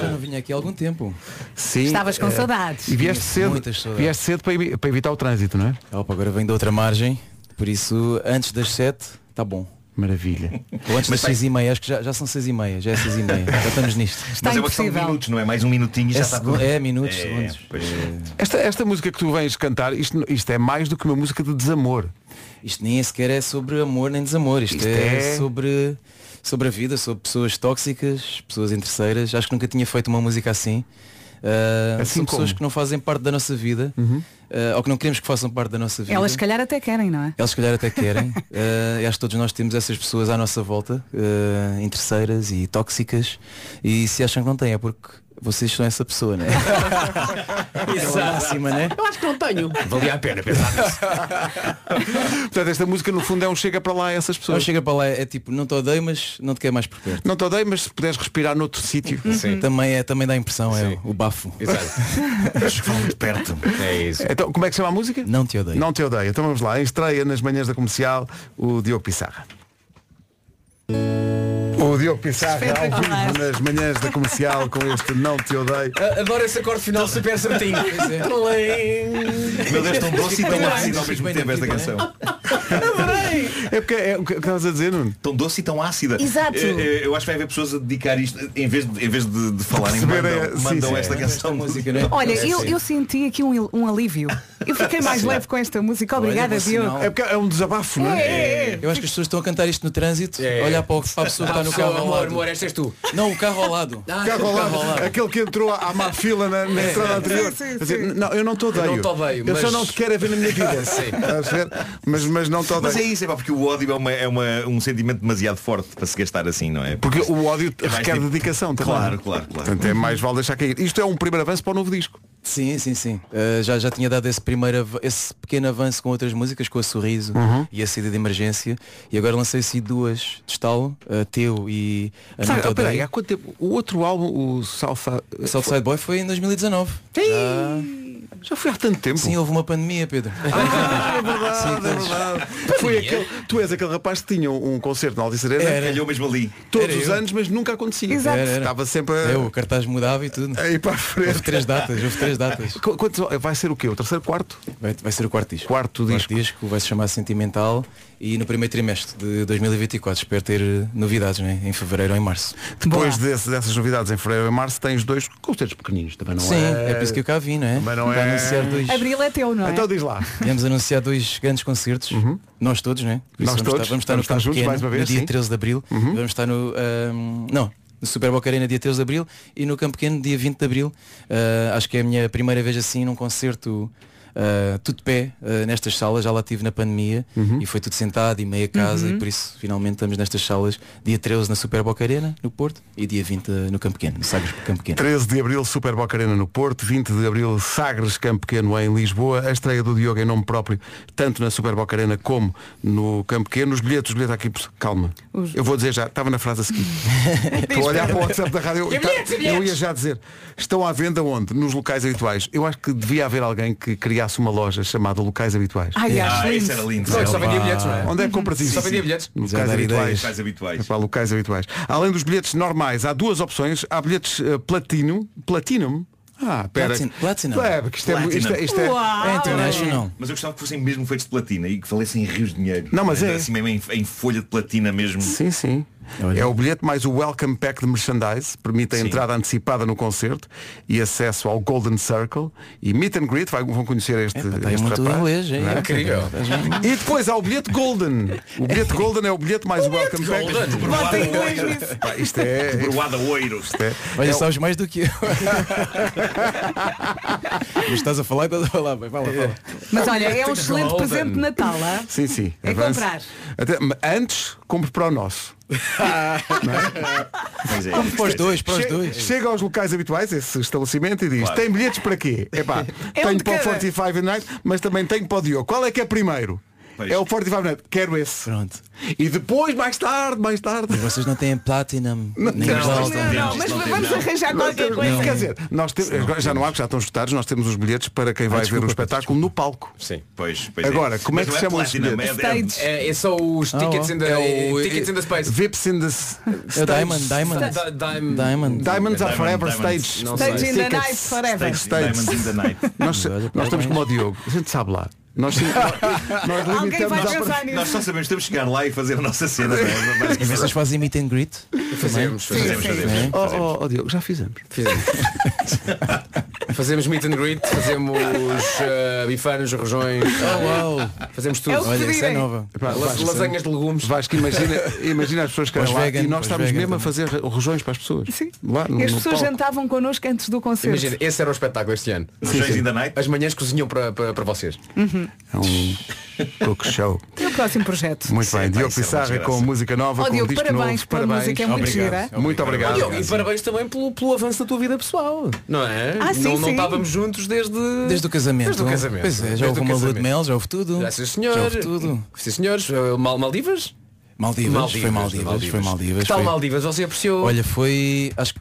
Speaker 13: Já não vinha aqui há algum tempo.
Speaker 1: Sim.
Speaker 13: Estavas com
Speaker 1: eh,
Speaker 13: saudades.
Speaker 1: E vieste
Speaker 13: Tinha
Speaker 1: cedo.
Speaker 13: muitas saudades.
Speaker 1: Vieste cedo para, evi- para evitar o trânsito, não é?
Speaker 13: Opa, agora vem da outra margem, por isso antes das 7 está bom.
Speaker 1: Maravilha.
Speaker 13: Ou antes
Speaker 12: Mas
Speaker 13: das
Speaker 12: tem-
Speaker 13: 6 e meia, acho que já, já são 6 e meia, já é 6 e meia, já estamos nisto.
Speaker 12: Mas é uma questão de minutos, não é? Mais um minutinho e já
Speaker 13: É
Speaker 12: está
Speaker 13: segu-
Speaker 12: tudo.
Speaker 13: é, minutos, segundos.
Speaker 12: pois é.
Speaker 1: Esta, esta música que tu vens cantar, isto, isto é mais do que uma música de desamor.
Speaker 13: Isto nem sequer é sobre amor nem desamor, isto,
Speaker 1: Isto
Speaker 13: é,
Speaker 1: é-
Speaker 13: sobre sobre a vida, sobre pessoas tóxicas, pessoas interesseiras. Acho que nunca tinha feito uma música assim. Uh,
Speaker 1: Assim
Speaker 13: são pessoas
Speaker 1: como? Uhum.
Speaker 13: que não fazem parte da nossa vida, uh, ou que não queremos que façam parte da nossa vida.
Speaker 3: Elas se calhar até querem, não é?
Speaker 13: um? Elas se calhar até querem. Eh, acho que todos nós temos essas pessoas à nossa volta, eh, interesseiras e tóxicas. E se acham que não têm é porque vocês são essa pessoa, né? Isso é acima, né?
Speaker 14: Eu acho que não tenho.
Speaker 7: Valia a pena pensar nisso.
Speaker 1: Portanto, esta música no fundo é um chega para lá a essas pessoas.
Speaker 13: Não chega para lá, é tipo, não te odeio, mas não te quero mais por perto.
Speaker 1: Não te odeio, mas se puderes respirar noutro sítio.
Speaker 13: Sim. Também, é, também dá a impressão, é o bafo.
Speaker 1: muito perto.
Speaker 12: É isso.
Speaker 1: Então, como é que se chama a música?
Speaker 13: Não te odeio.
Speaker 1: Não te odeio. Então vamos lá. Em estreia nas manhãs da comercial, o Diogo Pissarra. O Diogo Pissarra ao vivo nas manhãs da comercial com este Não Te Odeio.
Speaker 7: Adoro esse acorde final super é. certinho.
Speaker 12: Meu Deus, tão doce e tão ácido ao mesmo tempo esta canção.
Speaker 13: né?
Speaker 1: É porque é o que estavas a dizer, Nuno.
Speaker 12: Tão doce e tão ácida.
Speaker 3: Exato.
Speaker 12: Eh, eh, Eu acho que vai haver pessoas a dedicar isto, em vez de, em vez de, de falarem,
Speaker 1: Perceber,
Speaker 12: mandam,
Speaker 1: eh, sim,
Speaker 12: mandam
Speaker 1: sim.
Speaker 12: esta canção. Música,
Speaker 13: né?
Speaker 1: né?
Speaker 3: Olha,
Speaker 1: É
Speaker 3: eu,
Speaker 1: assim.
Speaker 3: eu senti aqui um, il- um alívio. Eu fiquei mais
Speaker 13: Sim.
Speaker 3: leve com esta música. Obrigada,
Speaker 13: Olha, bom
Speaker 3: Diogo.
Speaker 13: sinal.
Speaker 1: É porque é um desabafo, não
Speaker 3: É,
Speaker 13: é? Eu acho que as pessoas estão a cantar isto no trânsito, olhar para, o, para a pessoa que
Speaker 7: Ah,
Speaker 13: está no
Speaker 7: pessoa,
Speaker 13: carro ao
Speaker 7: amor,
Speaker 13: lado.
Speaker 7: amor, esta és tu.
Speaker 13: Não, o carro ao lado.
Speaker 7: Ah,
Speaker 1: Carro ao lado, aquele que entrou à má fila na, na
Speaker 13: É.
Speaker 1: estrada anterior.
Speaker 13: Sim, sim,
Speaker 1: Quer dizer,
Speaker 13: sim.
Speaker 1: Não, eu não te odeio.
Speaker 13: Eu não te odeio,
Speaker 1: Eu só
Speaker 13: mas-
Speaker 1: não te quero é ver na minha vida.
Speaker 12: Sim.
Speaker 1: Estás a ver? Mas, mas não te odeio.
Speaker 12: Mas é isso, é pá, porque o ódio é, uma- é uma- um sentimento demasiado forte para se gastar assim, não é?
Speaker 1: Porque o ódio
Speaker 12: É mais
Speaker 1: requer
Speaker 12: tipo-
Speaker 1: dedicação também.
Speaker 12: Claro, claro, claro.
Speaker 1: Portanto, é mais vale deixar cair. Isto é um primeiro avanço para o novo disco.
Speaker 13: Sim, sim, sim. Uh, já, já tinha dado esse, primeiro, av- esse pequeno avanço com outras músicas, com a Sorriso
Speaker 1: Uhum.
Speaker 13: e a saída de emergência. E agora lancei assim duas de estalo, a teu e a
Speaker 1: Sabe, oh,
Speaker 13: Não Te
Speaker 1: peraí,
Speaker 13: Odeio.
Speaker 1: há quanto tempo? O outro álbum, o Salfa.
Speaker 13: Southside Boy foi em 2019.
Speaker 1: Já, já foi há tanto tempo.
Speaker 13: Sim, houve uma pandemia, Pedro.
Speaker 1: é verdade, é verdade. Foi aquele, tu és aquele rapaz que tinha um concerto na Alta Serena.
Speaker 13: Era.
Speaker 12: Calhou mesmo ali.
Speaker 1: Todos
Speaker 13: Era
Speaker 1: os
Speaker 13: eu.
Speaker 1: anos, mas nunca acontecia.
Speaker 13: Era, era.
Speaker 1: Estava sempre a...
Speaker 13: É, o cartaz mudava e tudo.
Speaker 1: a ir para a frente.
Speaker 13: Houve três datas, houve três datas.
Speaker 1: Qu- quantos- vai ser o quê? O terceiro, quarto?
Speaker 13: Vai, vai ser o quarto disco.
Speaker 1: Quarto
Speaker 13: disco. vai se chamar Sentimental e no primeiro trimestre de 2024 espero ter eh, novidades né? em fevereiro ou em março.
Speaker 1: Depois desse- dessas novidades em fevereiro e março tens dois concertos pequeninos, também não
Speaker 13: Sim,
Speaker 1: é?
Speaker 13: é por isso que eu cá vim, não é?
Speaker 1: Também não
Speaker 13: Para
Speaker 1: é.
Speaker 13: anunciar dois.
Speaker 3: Abril é teu, não é?
Speaker 1: Então diz lá.
Speaker 13: Viemos anunciar dois grandes concertos, nós todos, né? Por isso
Speaker 1: Uhum. Nós
Speaker 13: vamos
Speaker 1: todos,
Speaker 13: estar, vamos estar
Speaker 1: vamos
Speaker 13: no
Speaker 1: estar
Speaker 13: campo
Speaker 1: juntos
Speaker 13: pequeno,
Speaker 1: mais uma vez,
Speaker 13: no dia
Speaker 1: sim. Uhum.
Speaker 13: 13 de Abril, vamos estar no. ahm, não, no Super Boca Arena dia 13 de Abril e no Campo Pequeno dia 20 de Abril. Ah, acho que é a minha primeira vez assim num concerto. ah, tudo de pé ah, nestas salas, já lá tive na pandemia
Speaker 1: Uhum.
Speaker 13: e foi tudo sentado e meia casa
Speaker 3: Uhum.
Speaker 13: e por isso finalmente estamos nestas salas dia 13 na Super Boca Arena, no Porto e dia 20 no Campo Pequeno, no Sagres Campo Pequeno.
Speaker 1: 13 de Abril, Super Boca Arena no Porto, 20 de Abril, Sagres, Campo Pequeno em Lisboa, a estreia do Diogo em nome próprio, tanto na Super Boca Arena como no Campo Pequeno. Os bilhetes, os bilhetes aqui, calma. Eu vou dizer já, estava na frase a seguir. Estou É, a olhar para o WhatsApp da rádio. Eu,
Speaker 9: E bilhetes, e
Speaker 1: eu
Speaker 9: bilhetes?
Speaker 1: ia já dizer, estão à venda onde? Nos locais habituais. Eu acho que devia haver alguém que criasse uma loja chamada Locais Habituais.
Speaker 3: Ai, acho
Speaker 12: Ah,
Speaker 3: lindo.
Speaker 12: isso era lindo.
Speaker 7: Não, só vendia bilhetes, não é?
Speaker 1: Onde é que compras isso?
Speaker 7: Só vendia bilhetes.
Speaker 13: Já
Speaker 1: Locais
Speaker 13: dar
Speaker 1: habituais.
Speaker 13: ideias.
Speaker 12: Locais habituais.
Speaker 1: É para locais habituais. Além dos bilhetes normais, há duas opções. Há bilhetes eh, platino. Platinum? Ah, pera.
Speaker 13: Platin- platinum.
Speaker 1: É, porque isto é, mu- isto é- isto é-
Speaker 13: É international.
Speaker 12: Mas eu gostava que fossem mesmo feitos de platina e que valessem rios de dinheiro.
Speaker 1: Não, mas
Speaker 12: Era
Speaker 1: é.
Speaker 12: Assim mesmo em, em folha de platina mesmo.
Speaker 1: Sim, sim. É o bilhete mais o Welcome Pack de merchandise, permite a
Speaker 12: Sim.
Speaker 1: entrada antecipada no concerto e acesso ao Golden Circle e Meet and Greet, vai- vão conhecer este,
Speaker 13: Está aí
Speaker 1: este
Speaker 13: muito
Speaker 1: rapaz.
Speaker 13: inglês, hein?
Speaker 1: não é?
Speaker 7: Incrível.
Speaker 1: E depois há o bilhete Golden. O bilhete Golden é o bilhete mais o Welcome Pack.
Speaker 12: Broada oiro.
Speaker 1: Pá, Isto é.
Speaker 12: Broada oiro.
Speaker 1: Isto é,
Speaker 13: Olha,
Speaker 1: é o-
Speaker 13: sabes mais do que eu. Mas estás a falar e estás a falar. Vai, fala, fala.
Speaker 3: Mas olha, é um excelente
Speaker 13: Golden.
Speaker 3: presente de Natal, hã?
Speaker 1: Sim, sim.
Speaker 3: É
Speaker 1: avança.
Speaker 3: comprar.
Speaker 1: Até- mas antes, compre para o nosso.
Speaker 12: Pois é.
Speaker 13: Para os dois, para os
Speaker 1: Che-
Speaker 13: dois.
Speaker 1: Chega aos locais habituais, esse estabelecimento, e diz,
Speaker 12: Claro.
Speaker 1: tem bilhetes para quê? Epá,
Speaker 3: É um
Speaker 1: tenho
Speaker 3: de
Speaker 1: para o
Speaker 3: cada.
Speaker 1: 45 and Night, mas também tenho para o Diogo. Qual é que é primeiro? É o Forte Vibrante. Quero esse.
Speaker 13: Pronto.
Speaker 1: E depois, mais tarde, mais tarde.
Speaker 13: Mas vocês não têm Platinum.
Speaker 1: Não,
Speaker 13: nem
Speaker 1: não,
Speaker 13: Gold.
Speaker 1: não, não,
Speaker 3: mas vamos arranjar qualquer coisa.
Speaker 1: Quer dizer, nós temos- agora já não há, que já estão esgotados, nós temos os bilhetes para
Speaker 13: Ah,
Speaker 1: quem vai ver o espetáculo no palco.
Speaker 7: Sim.
Speaker 12: Pois, pois
Speaker 1: Agora,
Speaker 12: é.
Speaker 1: como
Speaker 12: Mas
Speaker 1: é que
Speaker 12: não
Speaker 1: se chamam os
Speaker 12: Platinum,
Speaker 1: bilhetes?
Speaker 12: é- é-
Speaker 7: É, é só os
Speaker 1: Ah,
Speaker 7: tickets,
Speaker 1: oh.
Speaker 7: in, the,
Speaker 1: É o-
Speaker 7: tickets in the Space.
Speaker 1: Vips in the s-
Speaker 13: É o
Speaker 1: stage.
Speaker 13: Diamond, Diamond.
Speaker 7: Sta- Diamond.
Speaker 13: é Diamond.
Speaker 1: Diamonds are
Speaker 7: É Diamond,
Speaker 1: forever
Speaker 7: Diamond.
Speaker 1: stage.
Speaker 7: Não Stage sei. in the
Speaker 1: Tickets.
Speaker 3: night forever.
Speaker 12: Stage, Diamonds in the night.
Speaker 1: Nós, nós estamos como o Diogo. A gente sabe lá. Nós, sim- nós
Speaker 3: Alguém
Speaker 1: limitamos
Speaker 3: vai
Speaker 1: à-
Speaker 3: pensar nisso.
Speaker 12: Nós só sabemos que temos que chegar lá e fazer a nossa cena. não é?
Speaker 13: E
Speaker 12: Basicamente.
Speaker 13: vocês fazem meet and greet?
Speaker 7: Fazemos,
Speaker 13: Também?
Speaker 12: fazemos,
Speaker 13: Sim.
Speaker 12: fazemos.
Speaker 13: Sim.
Speaker 1: Oh, oh, oh, Diogo, já fizemos.
Speaker 7: Fizemos. fazemos meet and greet, fazemos uh, bifanas, rojões,
Speaker 13: Oh, wow.
Speaker 7: fazemos
Speaker 3: É
Speaker 7: tudo.
Speaker 3: o que
Speaker 13: Olha,
Speaker 3: pedirem.
Speaker 13: essa é nova.
Speaker 1: Epá,
Speaker 7: Las-
Speaker 1: Vasco,
Speaker 7: lasanhas de legumes.
Speaker 1: Vasco, imagina, imagina as pessoas que eram
Speaker 13: Pós
Speaker 1: lá
Speaker 13: vegan,
Speaker 1: e nós
Speaker 13: pós
Speaker 1: estávamos
Speaker 13: vegan
Speaker 1: mesmo a
Speaker 13: também.
Speaker 1: fazer rojões para as pessoas.
Speaker 3: Sim.
Speaker 1: Lá no,
Speaker 3: E as
Speaker 1: no
Speaker 3: pessoas
Speaker 1: palco.
Speaker 3: jantavam connosco antes do concerto.
Speaker 7: Imagina, esse era o espetáculo este ano.
Speaker 12: Stage in the night.
Speaker 7: As manhãs cozinham para, para, para vocês.
Speaker 1: É um cook show.
Speaker 3: Uhum. E o próximo projeto?
Speaker 1: Muito
Speaker 12: Sim,
Speaker 1: bem,
Speaker 12: pá,
Speaker 1: Diogo
Speaker 12: isso é uma
Speaker 1: Pissarra
Speaker 12: desgraça.
Speaker 1: com música nova,
Speaker 3: Ó,
Speaker 1: com um
Speaker 3: Diogo,
Speaker 1: disco
Speaker 3: parabéns
Speaker 1: novo.
Speaker 3: pela música, é muito gira.
Speaker 12: Obrigado.
Speaker 1: Muito obrigado.
Speaker 7: Diogo, e parabéns também pelo, pelo avanço da tua vida pessoal. Não é?
Speaker 3: Ah, sim,
Speaker 7: não, não
Speaker 3: sim.
Speaker 7: estávamos juntos desde.
Speaker 13: Desde o casamento.
Speaker 7: Desde o casamento.
Speaker 13: Pois é,
Speaker 7: Desde
Speaker 13: já houve
Speaker 7: o
Speaker 13: uma lua de
Speaker 7: casamento.
Speaker 13: mel, já houve tudo.
Speaker 7: Já sim, senhor.
Speaker 13: Já houve tudo.
Speaker 7: Sim, senhores. Eh, Mal- Maldivas?
Speaker 13: Maldivas, foi Maldivas, foi Maldivas.
Speaker 7: Que tal
Speaker 13: foi-
Speaker 7: Maldivas? Você apreciou?
Speaker 13: Olha, foi. Acho que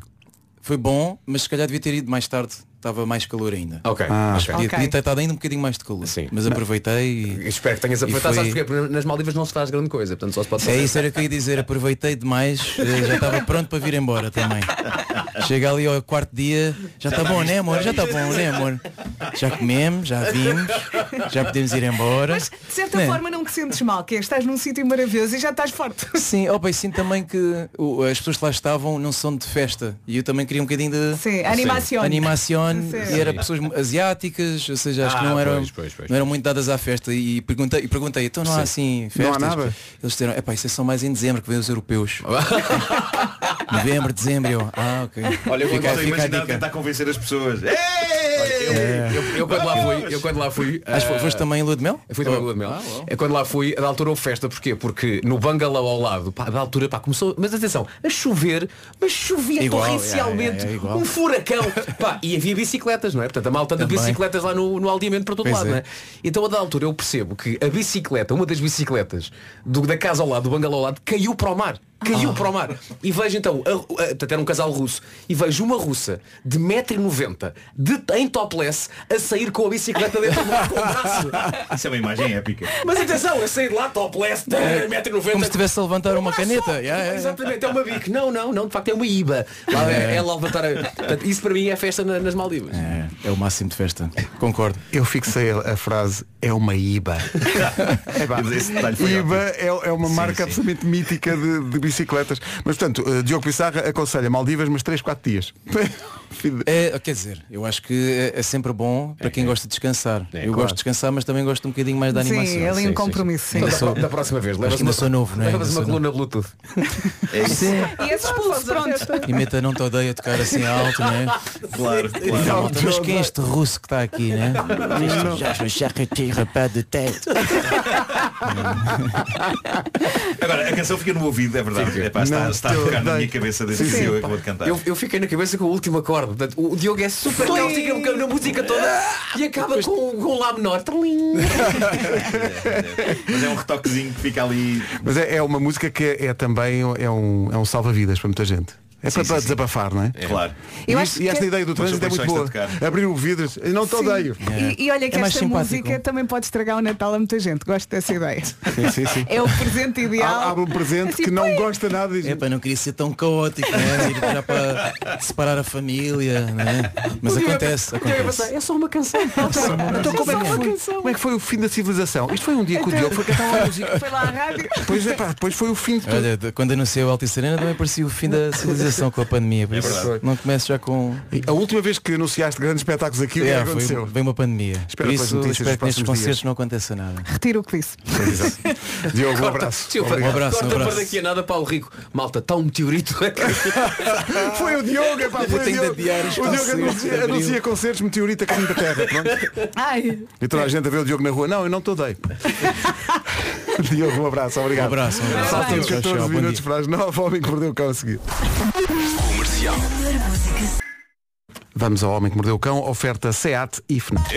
Speaker 13: foi bom, mas se calhar devia ter ido mais tarde. Estava mais calor ainda.
Speaker 7: Ok. ok.
Speaker 13: Podia,
Speaker 3: Ah. Ok.
Speaker 13: podia ter estado ainda um bocadinho mais de calor.
Speaker 7: Sim.
Speaker 13: Mas aproveitei e.
Speaker 7: Espero que tenhas
Speaker 13: E
Speaker 7: aproveitado, sabes
Speaker 13: foi-
Speaker 7: porquê? Porque é nas Maldivas não se faz grande coisa, portanto só se pode
Speaker 13: É
Speaker 7: fazer.
Speaker 13: isso era o que eu ia dizer, aproveitei demais, eh, já estava pronto para vir embora também. Chega ali ao quarto dia, já está bom, né amor? Já está bom, né amor? Já comemos, já vimos, já podemos ir embora.
Speaker 3: Mas de certa
Speaker 13: Né?
Speaker 3: forma não te sentes mal, que é, estás num sítio maravilhoso e já estás forte.
Speaker 13: Sim, oh, bem, sinto também que o- as pessoas que lá estavam não são de festa e eu também queria um bocadinho de
Speaker 3: Sim, animação.
Speaker 13: animação
Speaker 3: Sim.
Speaker 13: e era pessoas asiáticas, ou seja, acho que
Speaker 7: Ah,
Speaker 13: não eram,
Speaker 7: pois, pois, pois.
Speaker 13: não eram muito dadas à festa e perguntei, e perguntei então não há assim
Speaker 1: Não há
Speaker 13: festas?
Speaker 1: nada?
Speaker 13: Eles disseram, é pá, isso é só mais em dezembro que vêm os europeus. Novembro, dezembro, eu, ah, ok.
Speaker 12: Olha, eu
Speaker 13: Fica-
Speaker 12: estou a
Speaker 13: fica a
Speaker 12: imaginar
Speaker 13: dica.
Speaker 12: tentar convencer as pessoas. Ei!
Speaker 7: Eu, eu quando lá fui, eu quando lá fui,
Speaker 13: Acho que
Speaker 7: eh,
Speaker 13: foste também em Lua de Mel? Ah,
Speaker 7: Eu fui também a Lua de Mel. É quando lá fui, da altura houve festa, porquê? Porque no bangalô ao lado, pá, da altura, pá, começou, mas atenção, a chover, mas chovia
Speaker 13: Igual,
Speaker 7: torrencialmente,
Speaker 13: é, é, é, é igual.
Speaker 7: um furacão, pá, e havia bicicletas, não é? Portanto, a malta de
Speaker 13: Também.
Speaker 7: bicicletas lá no, no aldeamento para todo
Speaker 13: Pois
Speaker 7: lado,
Speaker 13: é.
Speaker 7: não é? Então, a da altura, eu percebo que a bicicleta, uma das bicicletas do- da casa ao lado, do bangalô ao lado, caiu para o mar.
Speaker 13: Ah.
Speaker 7: Caiu para o mar. E vejo então, a, a, portanto, era um casal russo, e vejo uma russa de 1,90m, de, em topless, a sair com a bicicleta
Speaker 1: um
Speaker 7: dentro do mar com o braço.
Speaker 12: Isso é uma imagem épica.
Speaker 7: Mas atenção, eu saí de lá topless, 1,90m.
Speaker 13: É, Como se estivesse a levantar uma caneta. Yeah, yeah, yeah.
Speaker 7: Exatamente, é uma bico. Não, não, não, de facto é uma IBA. Lá é, ela a levantar a... Portanto, isso para mim é festa na- nas Maldivas.
Speaker 13: É, é o máximo de festa. Concordo.
Speaker 1: Eu fixei a, a frase é uma IBA. É pá.
Speaker 12: Mas esse detalhe foi
Speaker 1: IBA
Speaker 12: ótimo.
Speaker 1: é, é uma
Speaker 12: sim.
Speaker 1: marca absolutamente mítica de, de bicicletas. Mas portanto, eh, Diogo Pissarra aconselha Maldivas, mas 3, 4 dias. Filho de-
Speaker 13: É, quer dizer, eu acho que é, é sempre bom para quem gosta de descansar. eu
Speaker 7: claro.
Speaker 13: gosto de descansar, mas também gosto um bocadinho mais da animação.
Speaker 3: Sim, ali um compromisso, sim.
Speaker 7: Da, pro- da próxima vez, levas
Speaker 13: que ainda
Speaker 7: uma-
Speaker 13: sou novo, não é?
Speaker 7: Levas
Speaker 13: Ainda
Speaker 7: uma
Speaker 13: sou
Speaker 7: coluna Bluetooth.
Speaker 3: E esse expulso, pronto.
Speaker 13: E meta não te odeia tocar assim alto, né?
Speaker 12: Claro, claro.
Speaker 13: Mas quem é este russo que está aqui, né? Já me charretei um rapaz de tête.
Speaker 12: Agora, a canção fica no ouvido, é verdade. É pá, está,
Speaker 1: Não
Speaker 12: está a tocar na
Speaker 1: te
Speaker 12: minha cabeça desde
Speaker 1: Sim,
Speaker 12: que
Speaker 1: sim,
Speaker 12: eu
Speaker 1: pá.
Speaker 12: acabo de cantar.
Speaker 7: Eu, eu fiquei na cabeça com o último acorde. Portanto, o um Diogo é super cáustico, ele canta a música toda
Speaker 13: Ah,
Speaker 7: e acaba com, com um Lá menor. Trlim.
Speaker 12: Mas é um retoquezinho que fica ali.
Speaker 1: Mas é, é uma música que é, é também é um, é um salva-vidas para muita gente. É para,
Speaker 12: sim,
Speaker 1: para
Speaker 12: sim.
Speaker 1: desabafar, não é?
Speaker 12: Claro.
Speaker 1: E,
Speaker 3: Eu
Speaker 1: isto-
Speaker 3: acho
Speaker 1: e esta
Speaker 3: que-
Speaker 1: ideia do
Speaker 12: Mas eu
Speaker 1: trânsito é muito
Speaker 12: deixo
Speaker 1: boa.
Speaker 12: esta tocar.
Speaker 1: Abrir o vidro, eu não te odeio.
Speaker 3: E, e olha que
Speaker 13: É mais
Speaker 3: esta
Speaker 13: simpático.
Speaker 3: música também pode estragar o Natal a muita gente. Gosto dessa ideia.
Speaker 1: Sim, sim, sim.
Speaker 3: É o presente ideal.
Speaker 1: Há- Abre um presente
Speaker 3: Assim,
Speaker 1: que não
Speaker 3: põe.
Speaker 1: gosta nada e diz,
Speaker 13: É para não queria ser tão caótico, né? Ir já para separar a família, né? Mas acontece, acontece.
Speaker 7: É só uma canção.
Speaker 1: Então como é, que foi, como é que foi o fim da civilização? Isto foi um dia que o
Speaker 13: Então,
Speaker 1: Diogo foi cantar uma música.
Speaker 3: Foi lá à rádio.
Speaker 1: Depois, é pá, depois foi o fim de tudo.
Speaker 13: Olha, de- quando anunciei o Alta e Serena também parecia o fim da civilização com a pandemia. Por
Speaker 1: É
Speaker 13: isso
Speaker 12: verdade.
Speaker 13: não começo já com.
Speaker 1: A última vez que anunciaste grandes espetáculos aqui, o que
Speaker 13: É, foi-
Speaker 1: aconteceu?
Speaker 13: veio uma pandemia.
Speaker 1: Espera
Speaker 13: Por
Speaker 1: pelas
Speaker 13: isso
Speaker 1: notícias dos
Speaker 13: espero que nestes
Speaker 1: próximos
Speaker 13: concertos não aconteça nada.
Speaker 3: Retiro o que disse.
Speaker 1: Diogo, um abraço.
Speaker 7: Silva,
Speaker 13: Um abraço, um
Speaker 7: corta
Speaker 13: abraço.
Speaker 7: para daqui a nada Paulo Rico. Malta, está um meteorito a cair.
Speaker 1: Foi o Diogo, é pá,
Speaker 13: Eu
Speaker 1: foi o
Speaker 13: tenho de
Speaker 1: Diogo.
Speaker 13: adiar
Speaker 1: O
Speaker 13: assim. os
Speaker 1: Diogo
Speaker 13: concertos de
Speaker 1: anuncia,
Speaker 13: abril.
Speaker 1: anuncia concertos meteorita caminho da terra. É, Pronto?
Speaker 12: é-
Speaker 3: Ai,
Speaker 1: E toda a gente a ver o Diogo na rua. Não, eu não te odeio. Diogo, um abraço, obrigado.
Speaker 13: Um abraço, um abraço.
Speaker 1: Faltam
Speaker 13: Tchau, tchau,
Speaker 1: 14
Speaker 13: bom
Speaker 1: minutos
Speaker 13: dia.
Speaker 1: para as 9, homem que perdeu o cão a seguir. Vamos ao Homem que Mordeu o Cão, oferta SEAT e FNAC.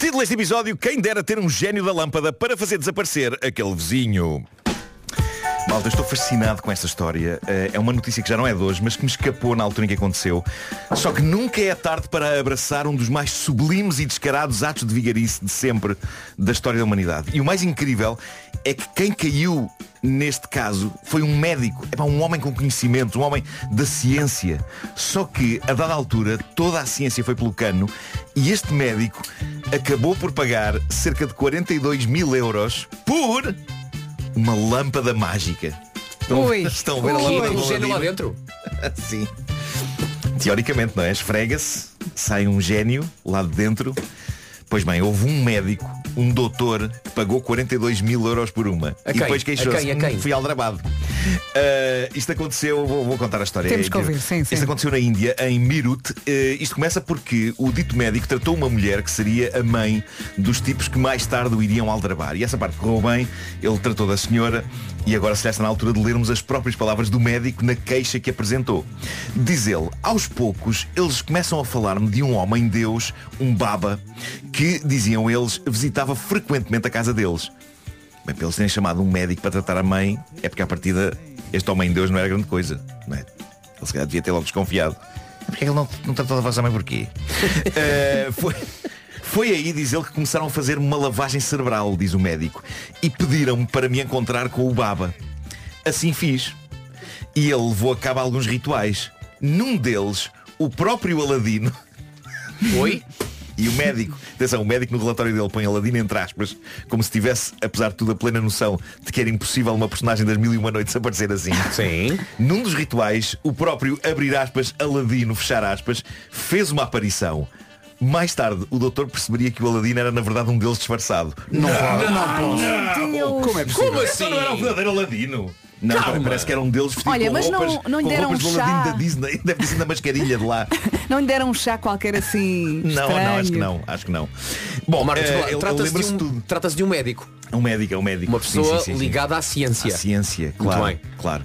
Speaker 12: Título deste episódio, quem dera ter um gênio da lâmpada para fazer desaparecer aquele vizinho. Malta, eu estou fascinado com esta história. Eh, É uma notícia que já não é de hoje, mas que me escapou na altura em que aconteceu. Só que nunca é tarde para abraçar um dos mais sublimes e descarados atos de vigarice de sempre da história da humanidade. E o mais incrível é que quem caiu neste caso foi um médico, é um homem com conhecimento, um homem da ciência. Só que, a dada altura, toda a ciência foi pelo cano e este médico acabou por pagar cerca de 42 mil euros por uma lâmpada mágica. Estão,
Speaker 7: Ui.
Speaker 12: estão a ver a
Speaker 7: Ui.
Speaker 12: lâmpada
Speaker 7: Um
Speaker 12: do
Speaker 7: gênio lá
Speaker 12: Aladino?
Speaker 7: dentro?
Speaker 12: Sim. Teoricamente, não é? Esfrega-se, sai um gênio lá de dentro. Pois bem, houve um médico, um doutor, que pagou 42 mil euros por uma.
Speaker 7: A
Speaker 12: E
Speaker 7: quem?
Speaker 12: depois
Speaker 7: A
Speaker 12: queixou-se.
Speaker 7: quem? A quem?
Speaker 12: "Hum, Fui aldrabado. Uh, isto aconteceu, vou, vou contar a história.
Speaker 3: Temos que
Speaker 12: É incrível.
Speaker 3: ouvir, sim, sim.
Speaker 12: Isto aconteceu na Índia, em Mirut. Eh, isto começa porque o dito médico tratou uma mulher que seria a mãe dos tipos que mais tarde o iriam aldrabar. E essa parte correu bem, ele tratou da senhora e agora se já está na altura de lermos as próprias palavras do médico na queixa que apresentou. Diz ele, aos poucos eles começam a falar-me de um homem-deus, um baba, que, diziam eles, visitava frequentemente a casa deles. Bem, para eles terem chamado um médico para tratar a mãe, é porque à partida este homem de Deus não era grande coisa. Não é? Ele se calhar devia ter logo desconfiado. Mas Porquê é que ele não, não tratou da vossa mãe porquê? Eh, foi, foi aí, diz ele, que começaram a fazer uma lavagem cerebral, diz o médico, e pediram-me para me encontrar com o Baba. Assim fiz. E ele levou a cabo alguns rituais. Num deles, o próprio Aladino. Oi? E o médico, atenção, o médico no relatório dele põe Aladino entre aspas, como se tivesse, apesar de tudo, a plena noção de que era impossível uma personagem das mil e uma noites aparecer assim. Sim. Num dos rituais, o próprio abrir aspas, Aladino, fechar aspas, fez uma aparição. Mais tarde, o doutor perceberia que o Aladino era na verdade um deles disfarçado.
Speaker 1: Não, não, não posso.
Speaker 12: Como é
Speaker 1: possível?
Speaker 12: Como assim? Não era o verdadeiro Aladino. Não,
Speaker 1: Calma.
Speaker 12: parece que era um deles vestido
Speaker 3: Olha,
Speaker 12: com
Speaker 3: mas não-
Speaker 12: roupas,
Speaker 3: não lhe
Speaker 12: com
Speaker 3: deram um
Speaker 12: roupas do
Speaker 3: chá.
Speaker 12: Aladino da Disney. Deve ter sido na mascarilha de lá.
Speaker 3: Não lhe deram um chá qualquer assim
Speaker 12: Não,
Speaker 3: estranho?
Speaker 12: não, acho que não, acho que não. Bom,
Speaker 7: Marcos,
Speaker 12: eh,
Speaker 7: desculpa,
Speaker 12: ele- ele
Speaker 7: trata-se de
Speaker 12: lembra-se
Speaker 7: um-
Speaker 12: tudo.
Speaker 7: trata-se de um médico.
Speaker 12: É Um médico, é um médico.
Speaker 7: Uma
Speaker 12: Sim,
Speaker 7: pessoa
Speaker 12: sim, sim, sim.
Speaker 7: ligada à ciência.
Speaker 12: À ciência,
Speaker 7: Muito
Speaker 12: claro.
Speaker 7: bem.
Speaker 12: claro.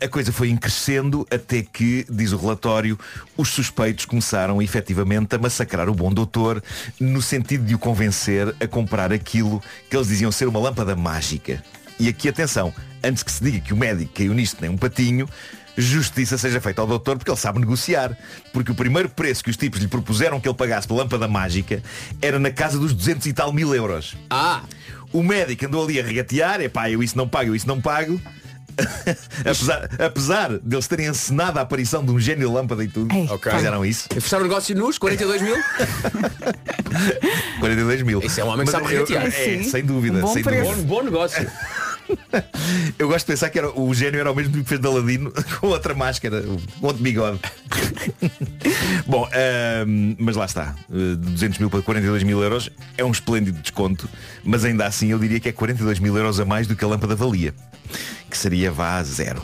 Speaker 12: Ah, a coisa foi em crescendo até que, diz o relatório, os suspeitos começaram efetivamente a massacrar o bom doutor no sentido de o convencer a comprar aquilo que eles diziam ser uma lâmpada mágica. E aqui, atenção, antes que se diga que o médico caiu nisto nem um patinho, justiça seja feita ao doutor porque ele sabe negociar. Porque o primeiro preço que os tipos lhe propuseram que ele pagasse pela lâmpada mágica era na casa dos 200 e tal mil euros. Ah! O médico andou ali a regatear, epá, eu isso não pago, eu isso não pago. apesar, apesar deles terem encenado a aparição de um gênio lâmpada e tudo, fizeram isso.
Speaker 7: Fecharam É o negócio nos 42 mil?
Speaker 12: 42 mil. Isso é um
Speaker 7: homem que sabe regatear.
Speaker 12: É,
Speaker 7: Sim.
Speaker 12: sem dúvida.
Speaker 7: Um bom
Speaker 12: sem
Speaker 7: preço.
Speaker 12: dúvida.
Speaker 7: Bom- negócio.
Speaker 12: Eu gosto de pensar que era, o gênio era o mesmo tipo que fez de Aladino com outra máscara, com outro bigode. Bom, ahm, mas lá está. Eh, De 200 mil para 42 mil euros é um esplêndido desconto, mas ainda assim eu diria que é 42 mil euros a mais do que a lâmpada valia, que seria vá a zero.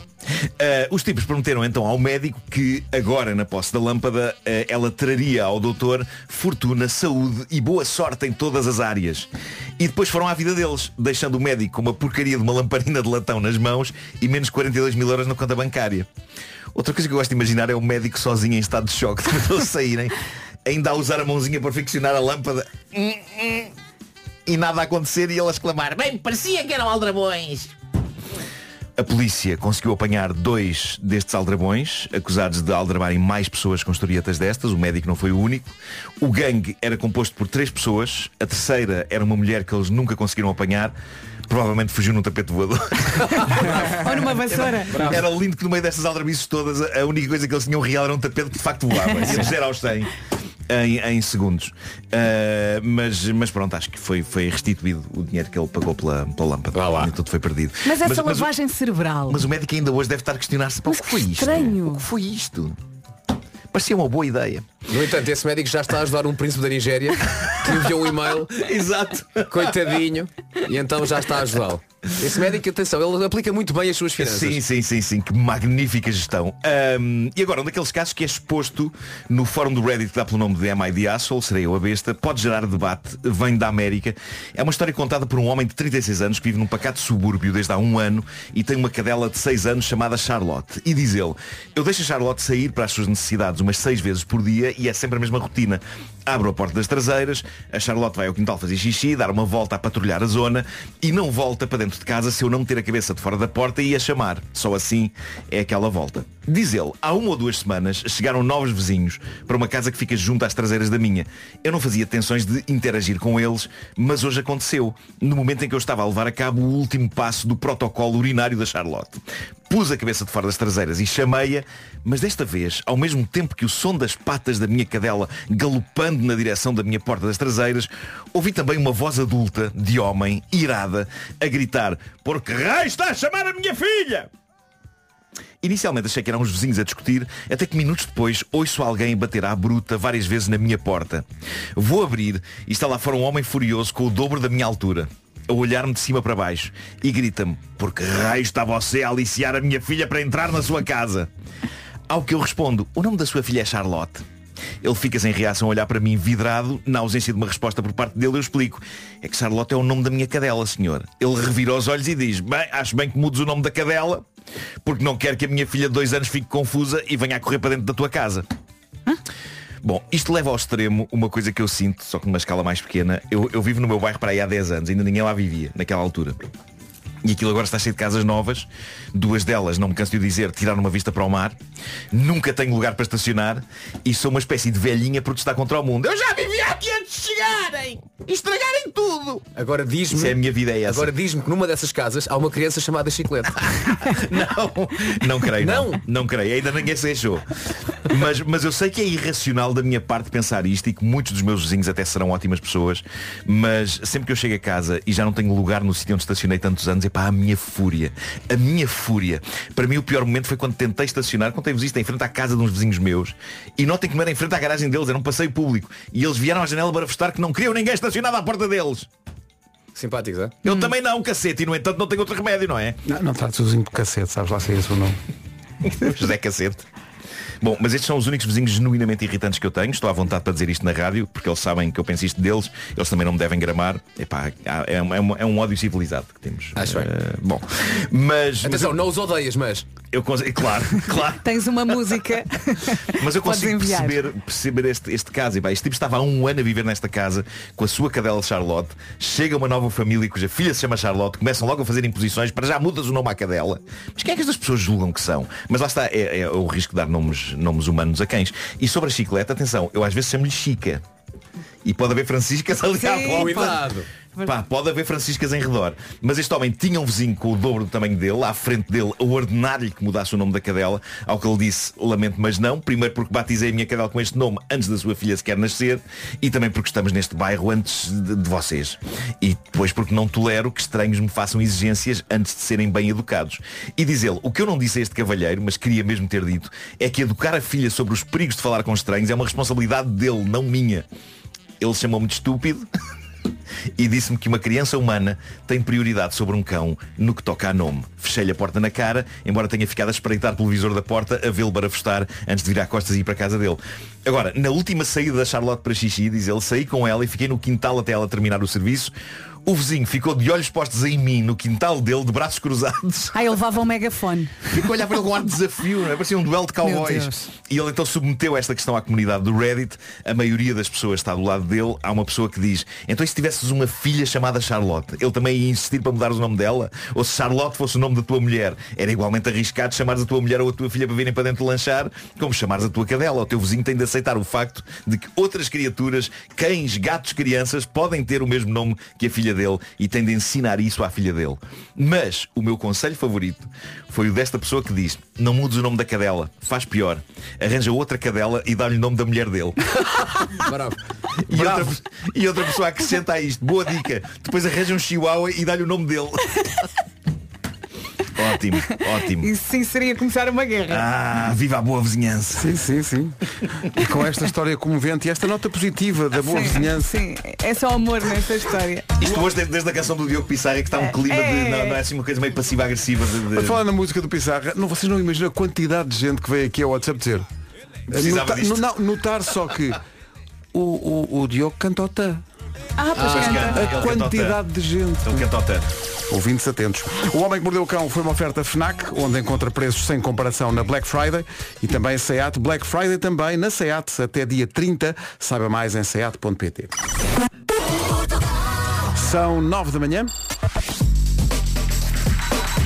Speaker 12: Ah, os tipos prometeram então ao médico que agora na posse da lâmpada eh, ela traria ao doutor fortuna, saúde e boa sorte em todas as áreas. E depois foram à vida deles, deixando o médico com uma porcaria de uma lamparina de latão nas mãos e menos 42 mil euros na conta bancária. Outra coisa que eu gosto de imaginar é o médico sozinho em estado de choque depois de eles saírem, ainda a usar a mãozinha para friccionar a lâmpada Hum, e nada a acontecer e ele a exclamar Bem, parecia que eram aldrabões. A polícia conseguiu apanhar dois destes aldrabões, acusados de aldrabarem mais pessoas com historietas destas. O médico não foi o único. O gangue era composto por três pessoas. A terceira era uma mulher que eles nunca conseguiram apanhar. Provavelmente fugiu num tapete voador.
Speaker 3: Ou numa vassoura.
Speaker 12: Era lindo que no meio destas aldrabices todas a única coisa que eles tinham real era um tapete que de facto voava. E eles eram aos 100 em, em segundos. Ah, mas, mas pronto, acho que foi, foi restituído o dinheiro que ele pagou pela, pela lâmpada. E tudo foi perdido.
Speaker 3: Mas essa
Speaker 12: mas,
Speaker 3: lavagem cerebral.
Speaker 12: o, mas o médico ainda hoje deve estar a questionar-se para o que foi isto.
Speaker 3: Estranho.
Speaker 12: foi isto? Parecia uma boa ideia.
Speaker 7: No entanto, esse médico já está a ajudar um príncipe da Nigéria que lhe enviou um e-mail.
Speaker 12: Exato.
Speaker 7: Coitadinho. E então já está a ajudá-lo. Esse médico, atenção, ele aplica muito bem as suas finanças.
Speaker 12: Sim, sim, sim, sim, que magnífica gestão. Ahm, e agora, um daqueles casos que é exposto no fórum do Reddit que dá pelo nome de Am I the Asshole, serei eu a besta, pode gerar debate, vem da América. É uma história contada por um homem de 36 anos que vive num pacato subúrbio desde há um ano e tem uma cadela de 6 anos chamada Charlotte. E diz ele, eu deixo a Charlotte sair para as suas necessidades umas 6 vezes por dia e é sempre a mesma rotina. Abro a porta das traseiras, a Charlotte vai ao quintal fazer xixi, dar uma volta a patrulhar a zona e não volta para dentro de casa se eu não meter a cabeça de fora da porta e a chamar. Só assim é aquela volta. Diz ele, há uma ou duas semanas chegaram novos vizinhos para uma casa que fica junto às traseiras da minha. Eu não fazia tensões de interagir com eles, mas hoje aconteceu, no momento em que eu estava a levar a cabo o último passo do protocolo urinário da Charlotte. Pus a cabeça de fora das traseiras e chamei-a, mas desta vez, ao mesmo tempo que o som das patas da minha cadela galopando na direção da minha porta das traseiras, ouvi também uma voz adulta, de homem, irada, a gritar Por que raio está a chamar a minha filha? Inicialmente achei que eram os vizinhos a discutir, até que minutos depois ouço alguém bater à bruta várias vezes na minha porta. Vou abrir e está lá fora um homem furioso com o dobro da minha altura, a olhar-me de cima para baixo e grita-me, por que raio está você a aliciar a minha filha para entrar na sua casa? Ao que eu respondo, o nome da sua filha é Charlotte. Ele fica sem reação a olhar para mim vidrado, na ausência de uma resposta por parte dele, eu explico. É que Charlotte é o nome da minha cadela, senhor. Ele revira os olhos e diz, bem, acho bem que mudes o nome da cadela, porque não quero que a minha filha de dois anos fique confusa e venha a correr para dentro da tua casa. Bom, isto leva ao extremo uma coisa que eu sinto, só que numa escala mais pequena. Eu, eu vivo no meu bairro para aí há 10 anos, ainda ninguém lá vivia, naquela altura. E aquilo agora está cheio de casas novas, duas delas, não me canso de o dizer, tiraram uma vista para o mar, nunca tenho lugar para estacionar e sou uma espécie de velhinha protestar contra o mundo. Eu já vivia aqui antes de chegarem! E estragarem tudo!
Speaker 7: Agora diz-me.
Speaker 12: Isso é a minha vida, é essa.
Speaker 7: Agora diz-me que numa dessas casas há uma criança chamada Chiclete.
Speaker 12: Não creio, não. Não, creio, ainda ninguém se achou. Mas, mas eu sei que é irracional da minha parte pensar isto e que muitos dos meus vizinhos até serão ótimas pessoas, mas sempre que eu chego a casa e já não tenho lugar no sítio onde estacionei tantos anos, é pá, a minha fúria. A minha fúria. Para mim o pior momento foi quando tentei estacionar, contei-vos isto, em frente à casa de uns vizinhos meus, e notem que não era em frente à garagem deles, era um passeio público, e eles vieram à janela para festar que não queriam ninguém estacionado à porta deles.
Speaker 7: Simpáticos, é?
Speaker 12: Eu também não, cacete, e no entanto não tenho outro remédio, não é?
Speaker 1: Não, não trates o vizinho por cacete, sabes lá se é esse o nome.
Speaker 12: José Cacete. Bom, mas estes são os únicos vizinhos genuinamente irritantes que eu tenho. Estou à vontade para dizer isto na rádio, porque eles sabem que eu penso isto deles. Eles também não me devem gramar. Epá, há- é, um- é um- é um ódio civilizado que temos.
Speaker 7: Acho bem.
Speaker 12: Eh, bom, mas... mas
Speaker 7: Atenção,
Speaker 12: eu-
Speaker 7: não os odeias, mas.
Speaker 12: eu consigo, claro, claro.
Speaker 3: Tens uma música.
Speaker 12: Mas eu
Speaker 3: Podes
Speaker 12: consigo
Speaker 3: enviar.
Speaker 12: perceber, perceber este, este caso. E, pá, este tipo estava há um ano a viver nesta casa com a sua cadela Charlotte. Chega uma nova família cuja filha se chama Charlotte. Começam logo a fazer imposições. Para já mudas o nome à cadela. Mas quem é que estas pessoas julgam que são? Mas lá está, é, é o risco de dar nomes, nomes humanos a cães. E sobre a chicleta, atenção, eu às vezes chamo-lhe Chica. E pode haver Franciscas ali à
Speaker 7: Sim,
Speaker 12: volta.
Speaker 7: cuidado.
Speaker 12: Pá, pode haver Franciscas em redor. Mas este homem tinha um vizinho com o dobro do tamanho dele, à frente dele, a ordenar-lhe que mudasse o nome da cadela, ao que ele disse, lamento, mas não. Primeiro porque batizei a minha cadela com este nome antes da sua filha sequer nascer e também porque estamos neste bairro antes de, de vocês. E depois porque não tolero que estranhos me façam exigências antes de serem bem educados. E diz ele, o que eu não disse a este cavalheiro, mas queria mesmo ter dito, é que educar a filha sobre os perigos de falar com estranhos é uma responsabilidade dele, não minha. Ele chamou-me de estúpido e disse-me que uma criança humana tem prioridade sobre um cão no que toca a nome. Fechei-lhe a porta na cara, embora tenha ficado a espreitar pelo visor da porta a vê-lo barafustar antes de virar costas e ir para a casa dele. Agora, na última saída da Charlotte para xixi, diz ele, saí com ela e fiquei no quintal até ela terminar o serviço. O vizinho ficou de olhos postos em mim, no quintal dele, de braços cruzados.
Speaker 3: Ah, ele levava um megafone.
Speaker 12: Ficou a olhar para ele com ar de desafio, não é? Parecia um duelo de
Speaker 3: Meu
Speaker 12: cowboys.
Speaker 3: Deus.
Speaker 12: E ele então submeteu esta questão à comunidade do Reddit. A maioria das pessoas está do lado dele. Há uma pessoa que diz, então e se tivesses uma filha chamada Charlotte, ele também ia insistir para mudar o nome dela? Ou se Charlotte fosse o nome da tua mulher, era igualmente arriscado chamares a tua mulher ou a tua filha para virem para dentro lanchar, como chamares a tua cadela. O teu vizinho tem de aceitar o facto de que outras criaturas, cães, gatos, crianças, podem ter o mesmo nome que a filha dele e tem de ensinar isso à filha dele. Mas o meu conselho favorito foi o desta pessoa que diz, não mudes o nome da cadela, faz pior. Arranja outra cadela e dá-lhe o nome da mulher dele.
Speaker 7: Bravo.
Speaker 12: E outra, e outra pessoa acrescenta a isto, boa dica. Depois arranja um chihuahua e dá-lhe o nome dele. Ótimo, ótimo.
Speaker 3: Isso sim seria começar uma guerra.
Speaker 12: Ah, viva a boa vizinhança.
Speaker 1: Sim, sim, sim. E com esta história comovente e esta nota positiva da boa
Speaker 3: Sim,
Speaker 1: vizinhança.
Speaker 3: Sim, é só amor nessa história.
Speaker 12: Isto hoje, desde, desde a canção do Diogo Pissarra, que está um clima de. Não, não é assim uma coisa meio passiva-agressiva. De,
Speaker 1: A
Speaker 12: de...
Speaker 1: falar na música do Pissarra, não, vocês não imaginam a quantidade de gente que veio aqui ao WhatsApp dizer.
Speaker 12: Precisava
Speaker 1: Nota-
Speaker 12: disto.
Speaker 1: não, notar só que o, o, o Diogo canta o tã.
Speaker 3: Ah, pois
Speaker 1: é.
Speaker 12: Pois
Speaker 3: canta.
Speaker 12: canta, ele canta
Speaker 1: A
Speaker 12: o
Speaker 1: quantidade
Speaker 12: tan.
Speaker 1: de gente.
Speaker 12: Ele canta o tan.
Speaker 1: Ouvintes atentos. O Homem que Mordeu o Cão foi uma oferta FNAC, onde encontra preços sem comparação na Black Friday e também SEAT. Black Friday também na SEAT até dia 30. Saiba mais em seat.pt. São 9 da manhã.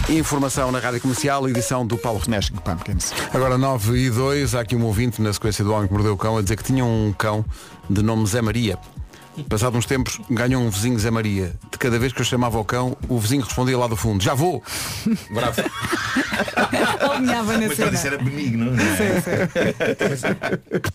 Speaker 1: Informação na Rádio Comercial, edição do Paulo Renesco. Agora 9 e 2, há aqui um ouvinte na sequência do Homem que Mordeu o Cão a dizer que tinha um cão de nome Zé Maria. Passado uns tempos, ganhou um vizinho Zé Maria. De cada vez que eu chamava o cão, o vizinho respondia lá do fundo, já vou!
Speaker 12: Bravo.
Speaker 3: Alinhava na
Speaker 12: Mas para
Speaker 3: cena.
Speaker 12: disso era benigno. não é?
Speaker 3: Sim, sim.
Speaker 7: É que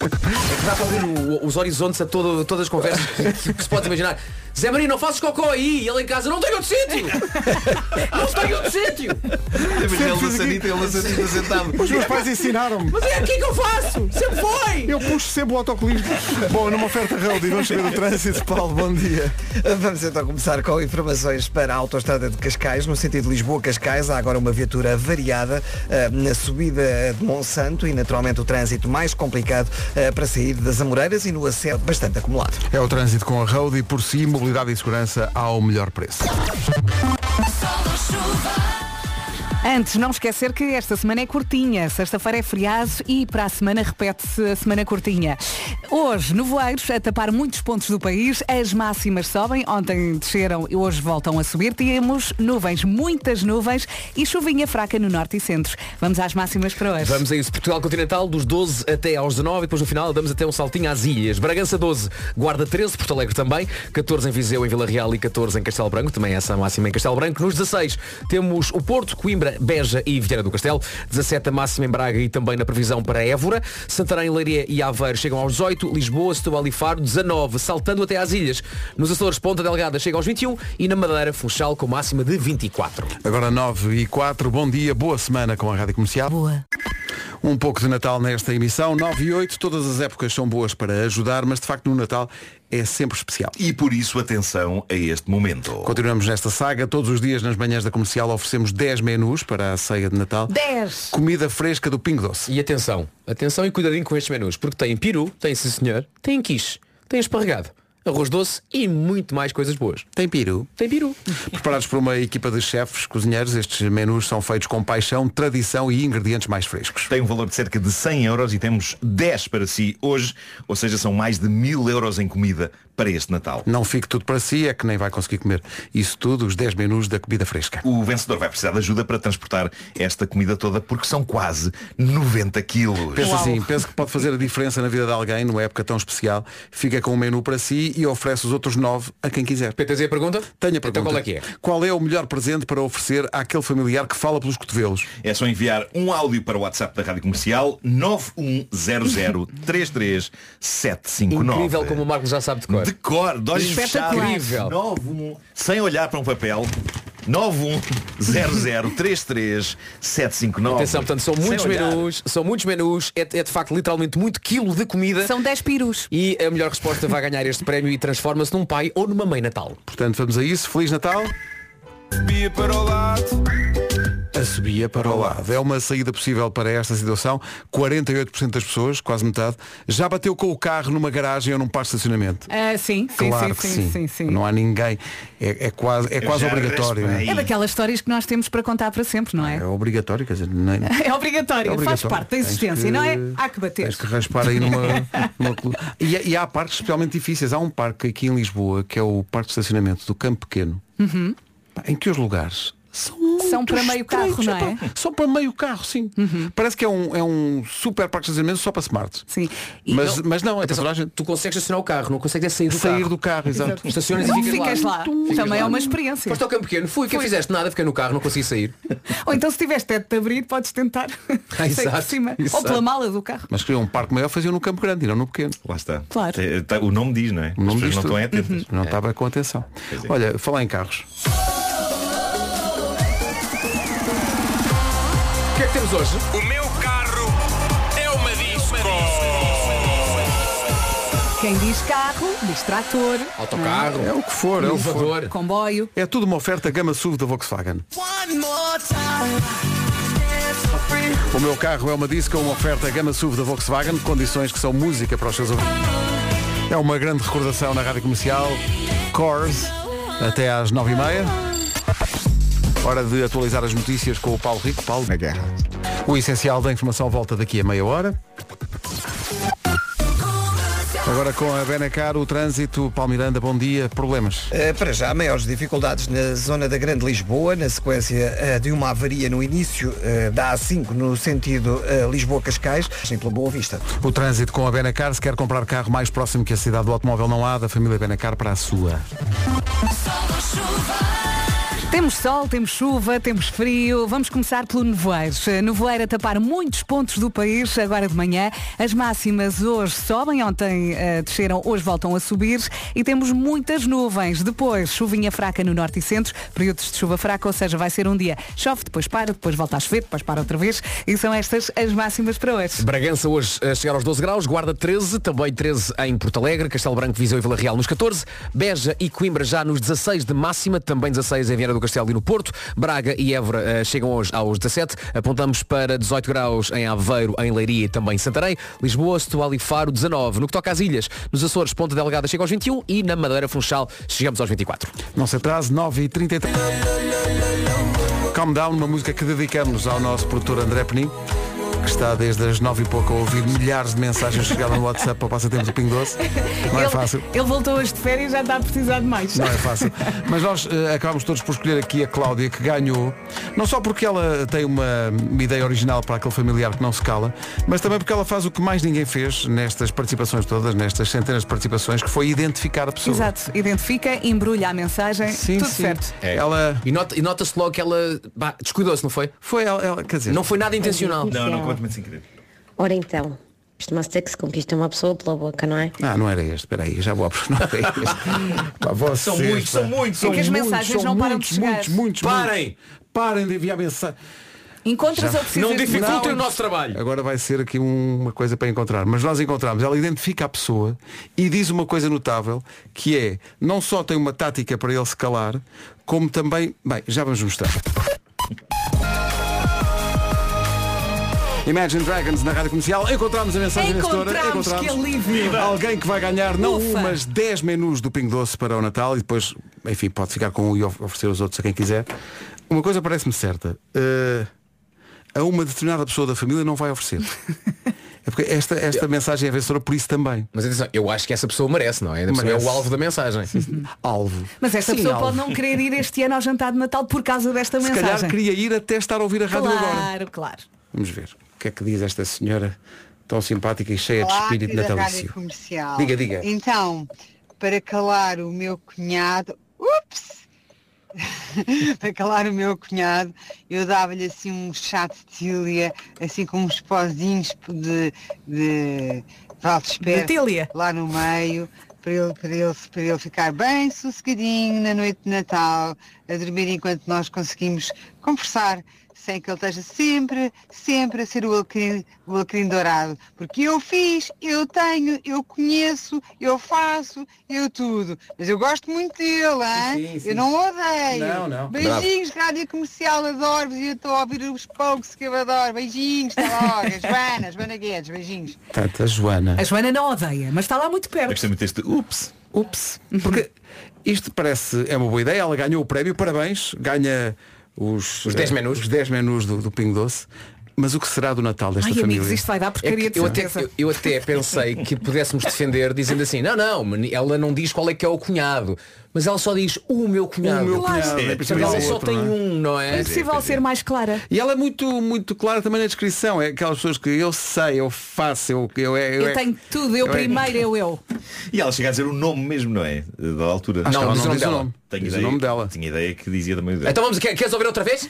Speaker 7: dá para ouvir o- os horizontes a todo- todas as conversas que, que se pode imaginar. Zé Maria, não fazes cocô aí, E ele em casa, não tem outro sítio! Não tem outro sítio!
Speaker 12: Mas ele
Speaker 1: Sempre
Speaker 12: na
Speaker 1: fiz
Speaker 12: sanita, ele na sanita sentado.
Speaker 1: Os meus pais ensinaram-me.
Speaker 7: Mas é aqui que eu faço! Sempre foi!
Speaker 1: Eu puxo sempre o autocolismo. Bom, numa oferta road e vamos saber o trânsito, Paulo, bom dia.
Speaker 2: Vamos então começar com informações para a autoestrada de Cascais. No sentido de Lisboa-Cascais, há agora uma viatura variada eh, na subida de Monsanto e naturalmente o trânsito mais complicado eh, para sair das Amoreiras e no acesso bastante acumulado.
Speaker 1: É o trânsito com a road e por si, mobilidade e segurança ao melhor preço.
Speaker 3: Antes, não esquecer que esta semana é curtinha. Sexta-feira é feriado e para a semana repete-se a semana curtinha. Hoje, nevoeiros a tapar muitos pontos do país. As máximas sobem. Ontem desceram e hoje voltam a subir. Temos nuvens, muitas nuvens e chuvinha fraca no norte e centro. Vamos às máximas para hoje.
Speaker 7: Vamos a isso. Portugal Continental dos 12 até aos 19 e depois no final damos até um saltinho às ilhas. Bragança 12, Guarda 13, Porto Alegre também, 14 em Viseu, em Vila Real e 14 em Castelo Branco, também é essa máxima em Castelo Branco. Nos 16 temos o Porto, Coimbra, Beja e Viana do Castelo, 17 a máxima em Braga e também na previsão para Évora, Santarém, Leiria e Aveiro chegam aos 18, Lisboa, Setúbal e Faro 19, saltando até às ilhas. Nos Açores, Ponta Delgada chega aos 21 e na Madeira, Funchal com máxima de 24.
Speaker 1: Agora 9 e 4, bom dia, boa semana com a Rádio Comercial.
Speaker 3: Boa.
Speaker 1: Um pouco de Natal nesta emissão, 9 e 8, todas as épocas são boas para ajudar, mas de facto no Natal é sempre especial.
Speaker 12: E por isso, atenção a este momento.
Speaker 1: Continuamos nesta saga, todos os dias nas manhãs da comercial oferecemos 10 menus para a ceia de Natal.
Speaker 3: 10!
Speaker 1: Comida fresca do Pingo Doce.
Speaker 7: E atenção, atenção e cuidadinho com estes menus, porque tem peru, tem sim senhor, tem quiche, tem esparregado, arroz doce e muito mais coisas boas.
Speaker 1: Tem peru.
Speaker 7: Tem peru.
Speaker 1: Preparados por uma equipa de chefes, cozinheiros, estes menus são feitos com paixão, tradição e ingredientes mais frescos.
Speaker 12: Tem um valor de cerca de 100 euros e temos 10 para si hoje, ou seja, são mais de 1000 euros em comida para este Natal.
Speaker 1: Não fique tudo para si, é que nem vai conseguir comer isso tudo, os 10 menus da comida fresca.
Speaker 12: O vencedor vai precisar de ajuda para transportar esta comida toda porque são quase 90 quilos.
Speaker 1: Pensa assim, pensa que pode fazer a diferença na vida de alguém numa época tão especial. Fica com um menu para si e oferece os outros nove a quem quiser.
Speaker 7: Tens aí a pergunta?
Speaker 1: Tenho a
Speaker 7: Então
Speaker 1: pergunta.
Speaker 7: qual é que é?
Speaker 1: Qual é o melhor presente para oferecer àquele familiar que fala pelos cotovelos?
Speaker 12: É só enviar um áudio para o WhatsApp da Rádio Comercial 910033759.
Speaker 7: Incrível como o Marcos já sabe de cor.
Speaker 12: De cor, de olhos
Speaker 7: Espetacular.
Speaker 12: fechados.
Speaker 7: Incrível.
Speaker 12: 91, sem olhar para um papel. 910033759.
Speaker 7: Atenção, portanto, são
Speaker 12: Sem
Speaker 7: muitos
Speaker 12: olhar.
Speaker 7: menus, são muitos menus, é, é de facto literalmente muito quilo de comida
Speaker 3: São 10 pirus.
Speaker 7: e a melhor resposta vai ganhar este prémio e transforma-se num pai ou numa mãe natal.
Speaker 1: Portanto, vamos a isso. Feliz Natal.
Speaker 14: Bia para o lado.
Speaker 1: A subia para o lado. É uma saída possível para esta situação. 48% das pessoas, quase metade, já bateu com o carro numa garagem ou num par de estacionamento.
Speaker 3: Ah, sim, sim, sim,
Speaker 1: claro que
Speaker 3: sim,
Speaker 1: sim.
Speaker 3: sim, sim.
Speaker 1: Não há ninguém. É, é quase, é
Speaker 12: Eu
Speaker 1: quase
Speaker 12: já
Speaker 1: obrigatório. não é?
Speaker 3: É daquelas histórias que nós temos para contar para sempre, não é?
Speaker 1: É obrigatório, quer dizer, nem,
Speaker 3: É obrigatório,
Speaker 1: É obrigatório.
Speaker 3: faz parte da
Speaker 1: Tens
Speaker 3: existência,
Speaker 1: que-
Speaker 3: não é? Há que bater.
Speaker 1: Tens que raspar aí numa. numa colu- E, e há parques especialmente difíceis. Há um parque aqui em Lisboa, que é o Parque de Estacionamento do Campo Pequeno,
Speaker 3: Uhum.
Speaker 1: pá, em que os lugares são.
Speaker 3: São
Speaker 1: muito
Speaker 3: para meio
Speaker 1: estreitos,
Speaker 3: carro, não é? Uhum.
Speaker 1: pá, São para meio carro, sim. Parece que é um, é um super parque de estacionamento só para smart.
Speaker 3: Sim.
Speaker 1: Mas, mas não, é para
Speaker 7: Atenção,
Speaker 1: toda a gente.
Speaker 7: Tu consegues estacionar o carro, não consegues é sair do
Speaker 1: Sair
Speaker 7: carro.
Speaker 1: do carro, exato.
Speaker 7: Estacionas e
Speaker 3: Não
Speaker 7: ficas,
Speaker 3: ficas lá.
Speaker 7: Ficas
Speaker 3: Também
Speaker 7: lá.
Speaker 3: é uma experiência.
Speaker 7: Foste ao campo pequeno, fui, que
Speaker 3: Fui.
Speaker 7: fizeste nada, fiquei no carro, não consegui sair.
Speaker 3: Ou então se tiveres teto de abrir, podes tentar sair por
Speaker 7: exato,
Speaker 3: cima. Ou
Speaker 7: exato.
Speaker 3: pela mala do carro.
Speaker 1: Mas queriam um parque maior, faziam no Campo Grande e não no pequeno.
Speaker 12: Lá está.
Speaker 3: Claro.
Speaker 12: É, tá- O nome diz, não é?
Speaker 1: O nome
Speaker 12: As pessoas
Speaker 1: diz
Speaker 12: não
Speaker 1: tudo. Uhum.
Speaker 12: estão atentas.
Speaker 7: É.
Speaker 1: Não estava com atenção.
Speaker 12: Pois é.
Speaker 1: Olha, falar em carros.
Speaker 7: que é que temos hoje?
Speaker 14: O meu carro é uma disco.
Speaker 3: Quem diz carro, diz trator.
Speaker 7: Autocarro.
Speaker 3: não
Speaker 1: É o que for, é o que for.
Speaker 3: é? Comboio.
Speaker 1: É tudo uma oferta gama SUV da Volkswagen. O meu carro é uma disco, uma oferta gama SUV da Volkswagen, condições que são música para os seus ouvintes. É uma grande recordação na rádio comercial. Cores, até às nove e meia. Hora de atualizar as notícias com o Paulo Rico. Paulo. Na guerra. O essencial da informação volta daqui a meia hora. Agora com a Benacar, o trânsito. Paulo Miranda, bom dia. Problemas?
Speaker 2: Eh, Para já, maiores dificuldades na zona da Grande Lisboa, na sequência eh, de uma avaria no início eh, da A5, no sentido eh, Lisboa-Cascais, em pela Boa Vista.
Speaker 1: O trânsito com a Benacar, se quer comprar carro mais próximo que a cidade do automóvel não há, da família Benacar para a sua.
Speaker 3: Temos sol, temos chuva, temos frio. Vamos começar pelo nevoeiro. Nevoeiro a tapar muitos pontos do país agora de manhã. As máximas hoje sobem, ontem eh, desceram, hoje voltam a subir e temos muitas nuvens. Depois, chuvinha fraca no norte e centro, períodos de chuva fraca, ou seja, vai ser um dia chove, depois para, depois volta a chover, depois para outra vez. E são estas as máximas para hoje.
Speaker 7: Bragança hoje a chegar aos 12 graus, Guarda 13, também 13 em Porto Alegre, Castelo Branco, Viseu e Vila Real nos 14, Beja e Coimbra já nos 16 de máxima, também 16 em Viana do Castelo e no Porto, Braga e Évora eh, chegam hoje aos 17, apontamos para 18 graus em Aveiro, em Leiria e também em Santarém, Lisboa, Setúbal e Faro 19, no que toca às ilhas, nos Açores, Ponta Delgada chega aos 21 e na Madeira Funchal chegamos aos 24.
Speaker 1: Não se atrase, 9h33. Calm Down, uma música que dedicamos ao nosso produtor André Penin, que está desde as 9 e pouco a ouvir milhares de mensagens chegadas no WhatsApp para o passatempo do Pingo Doce. Não é
Speaker 3: ele,
Speaker 1: fácil.
Speaker 3: Ele voltou hoje de férias e já está a precisar de mais.
Speaker 1: Não é fácil. Mas nós eh, acabamos todos por escolher aqui a Cláudia, que ganhou, não só porque ela tem uma, uma ideia original para aquele familiar que não se cala, mas também porque ela faz o que mais ninguém fez nestas participações todas, nestas centenas de participações, que foi identificar a pessoa.
Speaker 3: Exato, identifica, embrulha a mensagem, tudo certo.
Speaker 1: É. Ela...
Speaker 7: E, nota, e nota-se logo que ela bah, descuidou-se, não foi?
Speaker 1: Foi ela, quer dizer.
Speaker 7: Não foi nada intencional.
Speaker 12: Não, não conto muito sem querer.
Speaker 15: Ora então, costuma-se dizer que se conquista uma pessoa pela boca, não é?
Speaker 1: Ah, não era este, espera aí, já vou à não era este. Pá, vocês,
Speaker 12: São muitos,
Speaker 1: pá.
Speaker 12: são muitos, são
Speaker 3: É que as
Speaker 12: muitos.
Speaker 3: mensagens
Speaker 1: são
Speaker 3: não param
Speaker 1: muitos,
Speaker 3: de chegar.
Speaker 1: muitos, muitos,
Speaker 12: Parem!
Speaker 1: muitos. Parem de enviar mensagem.
Speaker 3: Encontras ou precisas de-
Speaker 1: Não. Agora vai ser aqui um- uma coisa para encontrar. Mas nós encontramos, ela identifica a pessoa e diz uma coisa notável, que é, não só tem uma tática para ele se calar, como também. Bem, já vamos mostrar. Imagine Dragons na rádio comercial. Encontramos a mensagem vencedora.
Speaker 3: Encontramos, que alívio. Viva.
Speaker 1: Alguém que vai ganhar não
Speaker 3: Ufa.
Speaker 1: um, mas 10 menus do Pingo Doce para o Natal e depois, enfim, pode ficar com um e of- oferecer os outros a quem quiser. Uma coisa parece-me certa. eh, a uma determinada pessoa da família não vai oferecer. é porque esta, esta mensagem é vencedora por isso também.
Speaker 7: Mas atenção, eu acho que essa pessoa merece, não é? Ainda por cima É
Speaker 1: Merece.
Speaker 7: o alvo da mensagem.
Speaker 1: Alvo.
Speaker 3: Mas esta
Speaker 1: Sim,
Speaker 3: pessoa
Speaker 1: alvo.
Speaker 3: pode não querer ir este ano ao jantar de Natal por causa desta
Speaker 1: Se
Speaker 3: mensagem.
Speaker 1: calhar queria ir até estar a ouvir a rádio agora.
Speaker 3: Claro, claro.
Speaker 1: Vamos ver. O que é que diz esta senhora tão simpática e cheia de
Speaker 16: Olá,
Speaker 1: espírito
Speaker 16: querida
Speaker 1: natalício?
Speaker 16: Rádio comercial.
Speaker 1: Diga, diga.
Speaker 16: Então, para calar o meu cunhado, ups! para calar o meu cunhado, eu dava-lhe assim um chá de tília, assim com uns pozinhos de, de valsespera
Speaker 3: De tília.
Speaker 16: lá no meio, para ele, para, ele, para ele ficar bem sossegadinho na noite de Natal, a dormir enquanto nós conseguimos conversar, sem que ele esteja sempre, sempre a ser o alecrim, o alecrim dourado. Porque eu fiz, eu tenho, eu conheço, eu faço, eu tudo. Mas eu gosto muito dele, hein?
Speaker 17: Sim, sim.
Speaker 16: Eu não o odeio.
Speaker 17: Não, não.
Speaker 16: Beijinhos, Rádio Comercial, adoro-vos e eu estou a ouvir os poucos que eu adoro. Beijinhos, até logo. Joana, Joana Guedes, beijinhos.
Speaker 1: Tanta Joana.
Speaker 3: A Joana é não odeia, mas está lá muito
Speaker 12: Eu
Speaker 3: perto.
Speaker 12: gostei muito deste. Ups!
Speaker 1: Ups. Porque isto parece, é uma boa ideia, ela ganhou o prémio, parabéns, ganha os,
Speaker 7: Os 10 menus.
Speaker 1: os 10 menus do, do Pingo Doce. Mas o que será do Natal desta
Speaker 3: Ai,
Speaker 1: família?
Speaker 3: amigos, isto vai dar porcaria
Speaker 7: É que
Speaker 3: de
Speaker 7: eu, até,
Speaker 3: certeza.
Speaker 7: eu- eu até pensei que pudéssemos defender dizendo assim, não, não, meni- ela não diz qual é que é o cunhado, mas ela só diz o meu cunhado.
Speaker 1: O meu Claro. cunhado, é
Speaker 7: Portanto,
Speaker 1: preciso
Speaker 7: ela
Speaker 1: dizer
Speaker 7: só
Speaker 1: outro,
Speaker 7: tem
Speaker 1: não é?
Speaker 7: um, não
Speaker 3: É
Speaker 7: é?
Speaker 3: impossível ser mais clara.
Speaker 1: E ela é muito, muito clara também na descrição. É aquelas pessoas que eu sei, eu faço, eu, eu, eu,
Speaker 3: Eu,
Speaker 1: é-
Speaker 3: tenho tudo, eu
Speaker 1: eu é-
Speaker 3: primeiro, eu eu.
Speaker 12: E ela chega a dizer o nome mesmo, não é? Da altura.
Speaker 1: Acho que ela não diz o
Speaker 12: dela.
Speaker 1: nome.
Speaker 12: Tenho
Speaker 1: Diz o
Speaker 12: ideia,
Speaker 1: nome dela.
Speaker 12: Tinha ideia que dizia da maioria dela.
Speaker 7: Então vamos, quer- queres ouvir outra vez?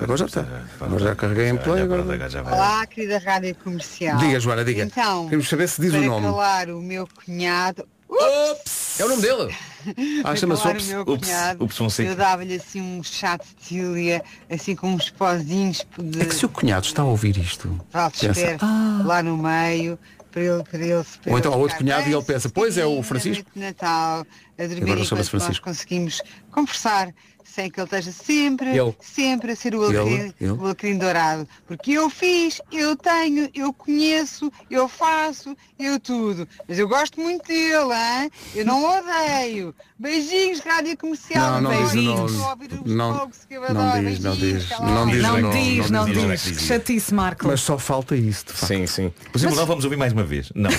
Speaker 1: Agora já está. Agora já carreguei em play. Agora...
Speaker 16: Olá, querida Rádio Comercial.
Speaker 1: Diga, Joana, diga.
Speaker 16: Então,
Speaker 1: Queremos saber se diz
Speaker 16: para
Speaker 1: o nome.
Speaker 16: calar o meu cunhado. Ups!
Speaker 7: É o nome dele.
Speaker 16: Para
Speaker 7: Ah, chama-se
Speaker 16: calar
Speaker 7: Ups-
Speaker 16: o meu
Speaker 7: Ups-
Speaker 16: cunhado,
Speaker 7: Ups Fonseca.
Speaker 16: Eu dava-lhe assim um chá de tília, assim com uns pozinhos de
Speaker 1: É que se o cunhado está a ouvir isto,
Speaker 16: alto
Speaker 1: pensa,
Speaker 16: esperto lá no meio, para ele, para ele, para
Speaker 1: ou então
Speaker 16: ele
Speaker 1: ao outro
Speaker 16: ficar
Speaker 1: cunhado e
Speaker 16: bem
Speaker 1: ele pensa, pois é o Francisco.
Speaker 16: de Natal, a dormir
Speaker 1: Agora chama-se
Speaker 16: enquanto nós
Speaker 1: Francisco.
Speaker 16: conseguimos conversar sem que ele esteja sempre,
Speaker 1: Ele.
Speaker 16: sempre a ser o
Speaker 1: Ele,
Speaker 16: alecrim,
Speaker 1: ele.
Speaker 16: o alecrim dourado. Porque eu fiz, eu tenho, eu conheço, eu faço, eu tudo. Mas eu gosto muito dele, hein? Eu não o odeio. Beijinhos, Rádio Comercial.
Speaker 1: Não, não diz o
Speaker 16: beijinhos.
Speaker 1: nome.
Speaker 16: Estou a ouvir os
Speaker 1: Não-
Speaker 16: fogos que eu
Speaker 1: não
Speaker 16: adoro.
Speaker 1: diz, não
Speaker 16: Beijinhos,
Speaker 1: diz,
Speaker 16: tá
Speaker 1: não
Speaker 16: bem.
Speaker 1: diz
Speaker 3: Não
Speaker 1: o nome,
Speaker 3: diz,
Speaker 12: não
Speaker 3: não
Speaker 12: diz, não é
Speaker 3: diz.
Speaker 12: que diz.
Speaker 3: Chatice, Marco.
Speaker 1: Mas só falta isso, de facto.
Speaker 12: Sim, sim. Por exemplo, não vamos ouvir mais uma vez. Não.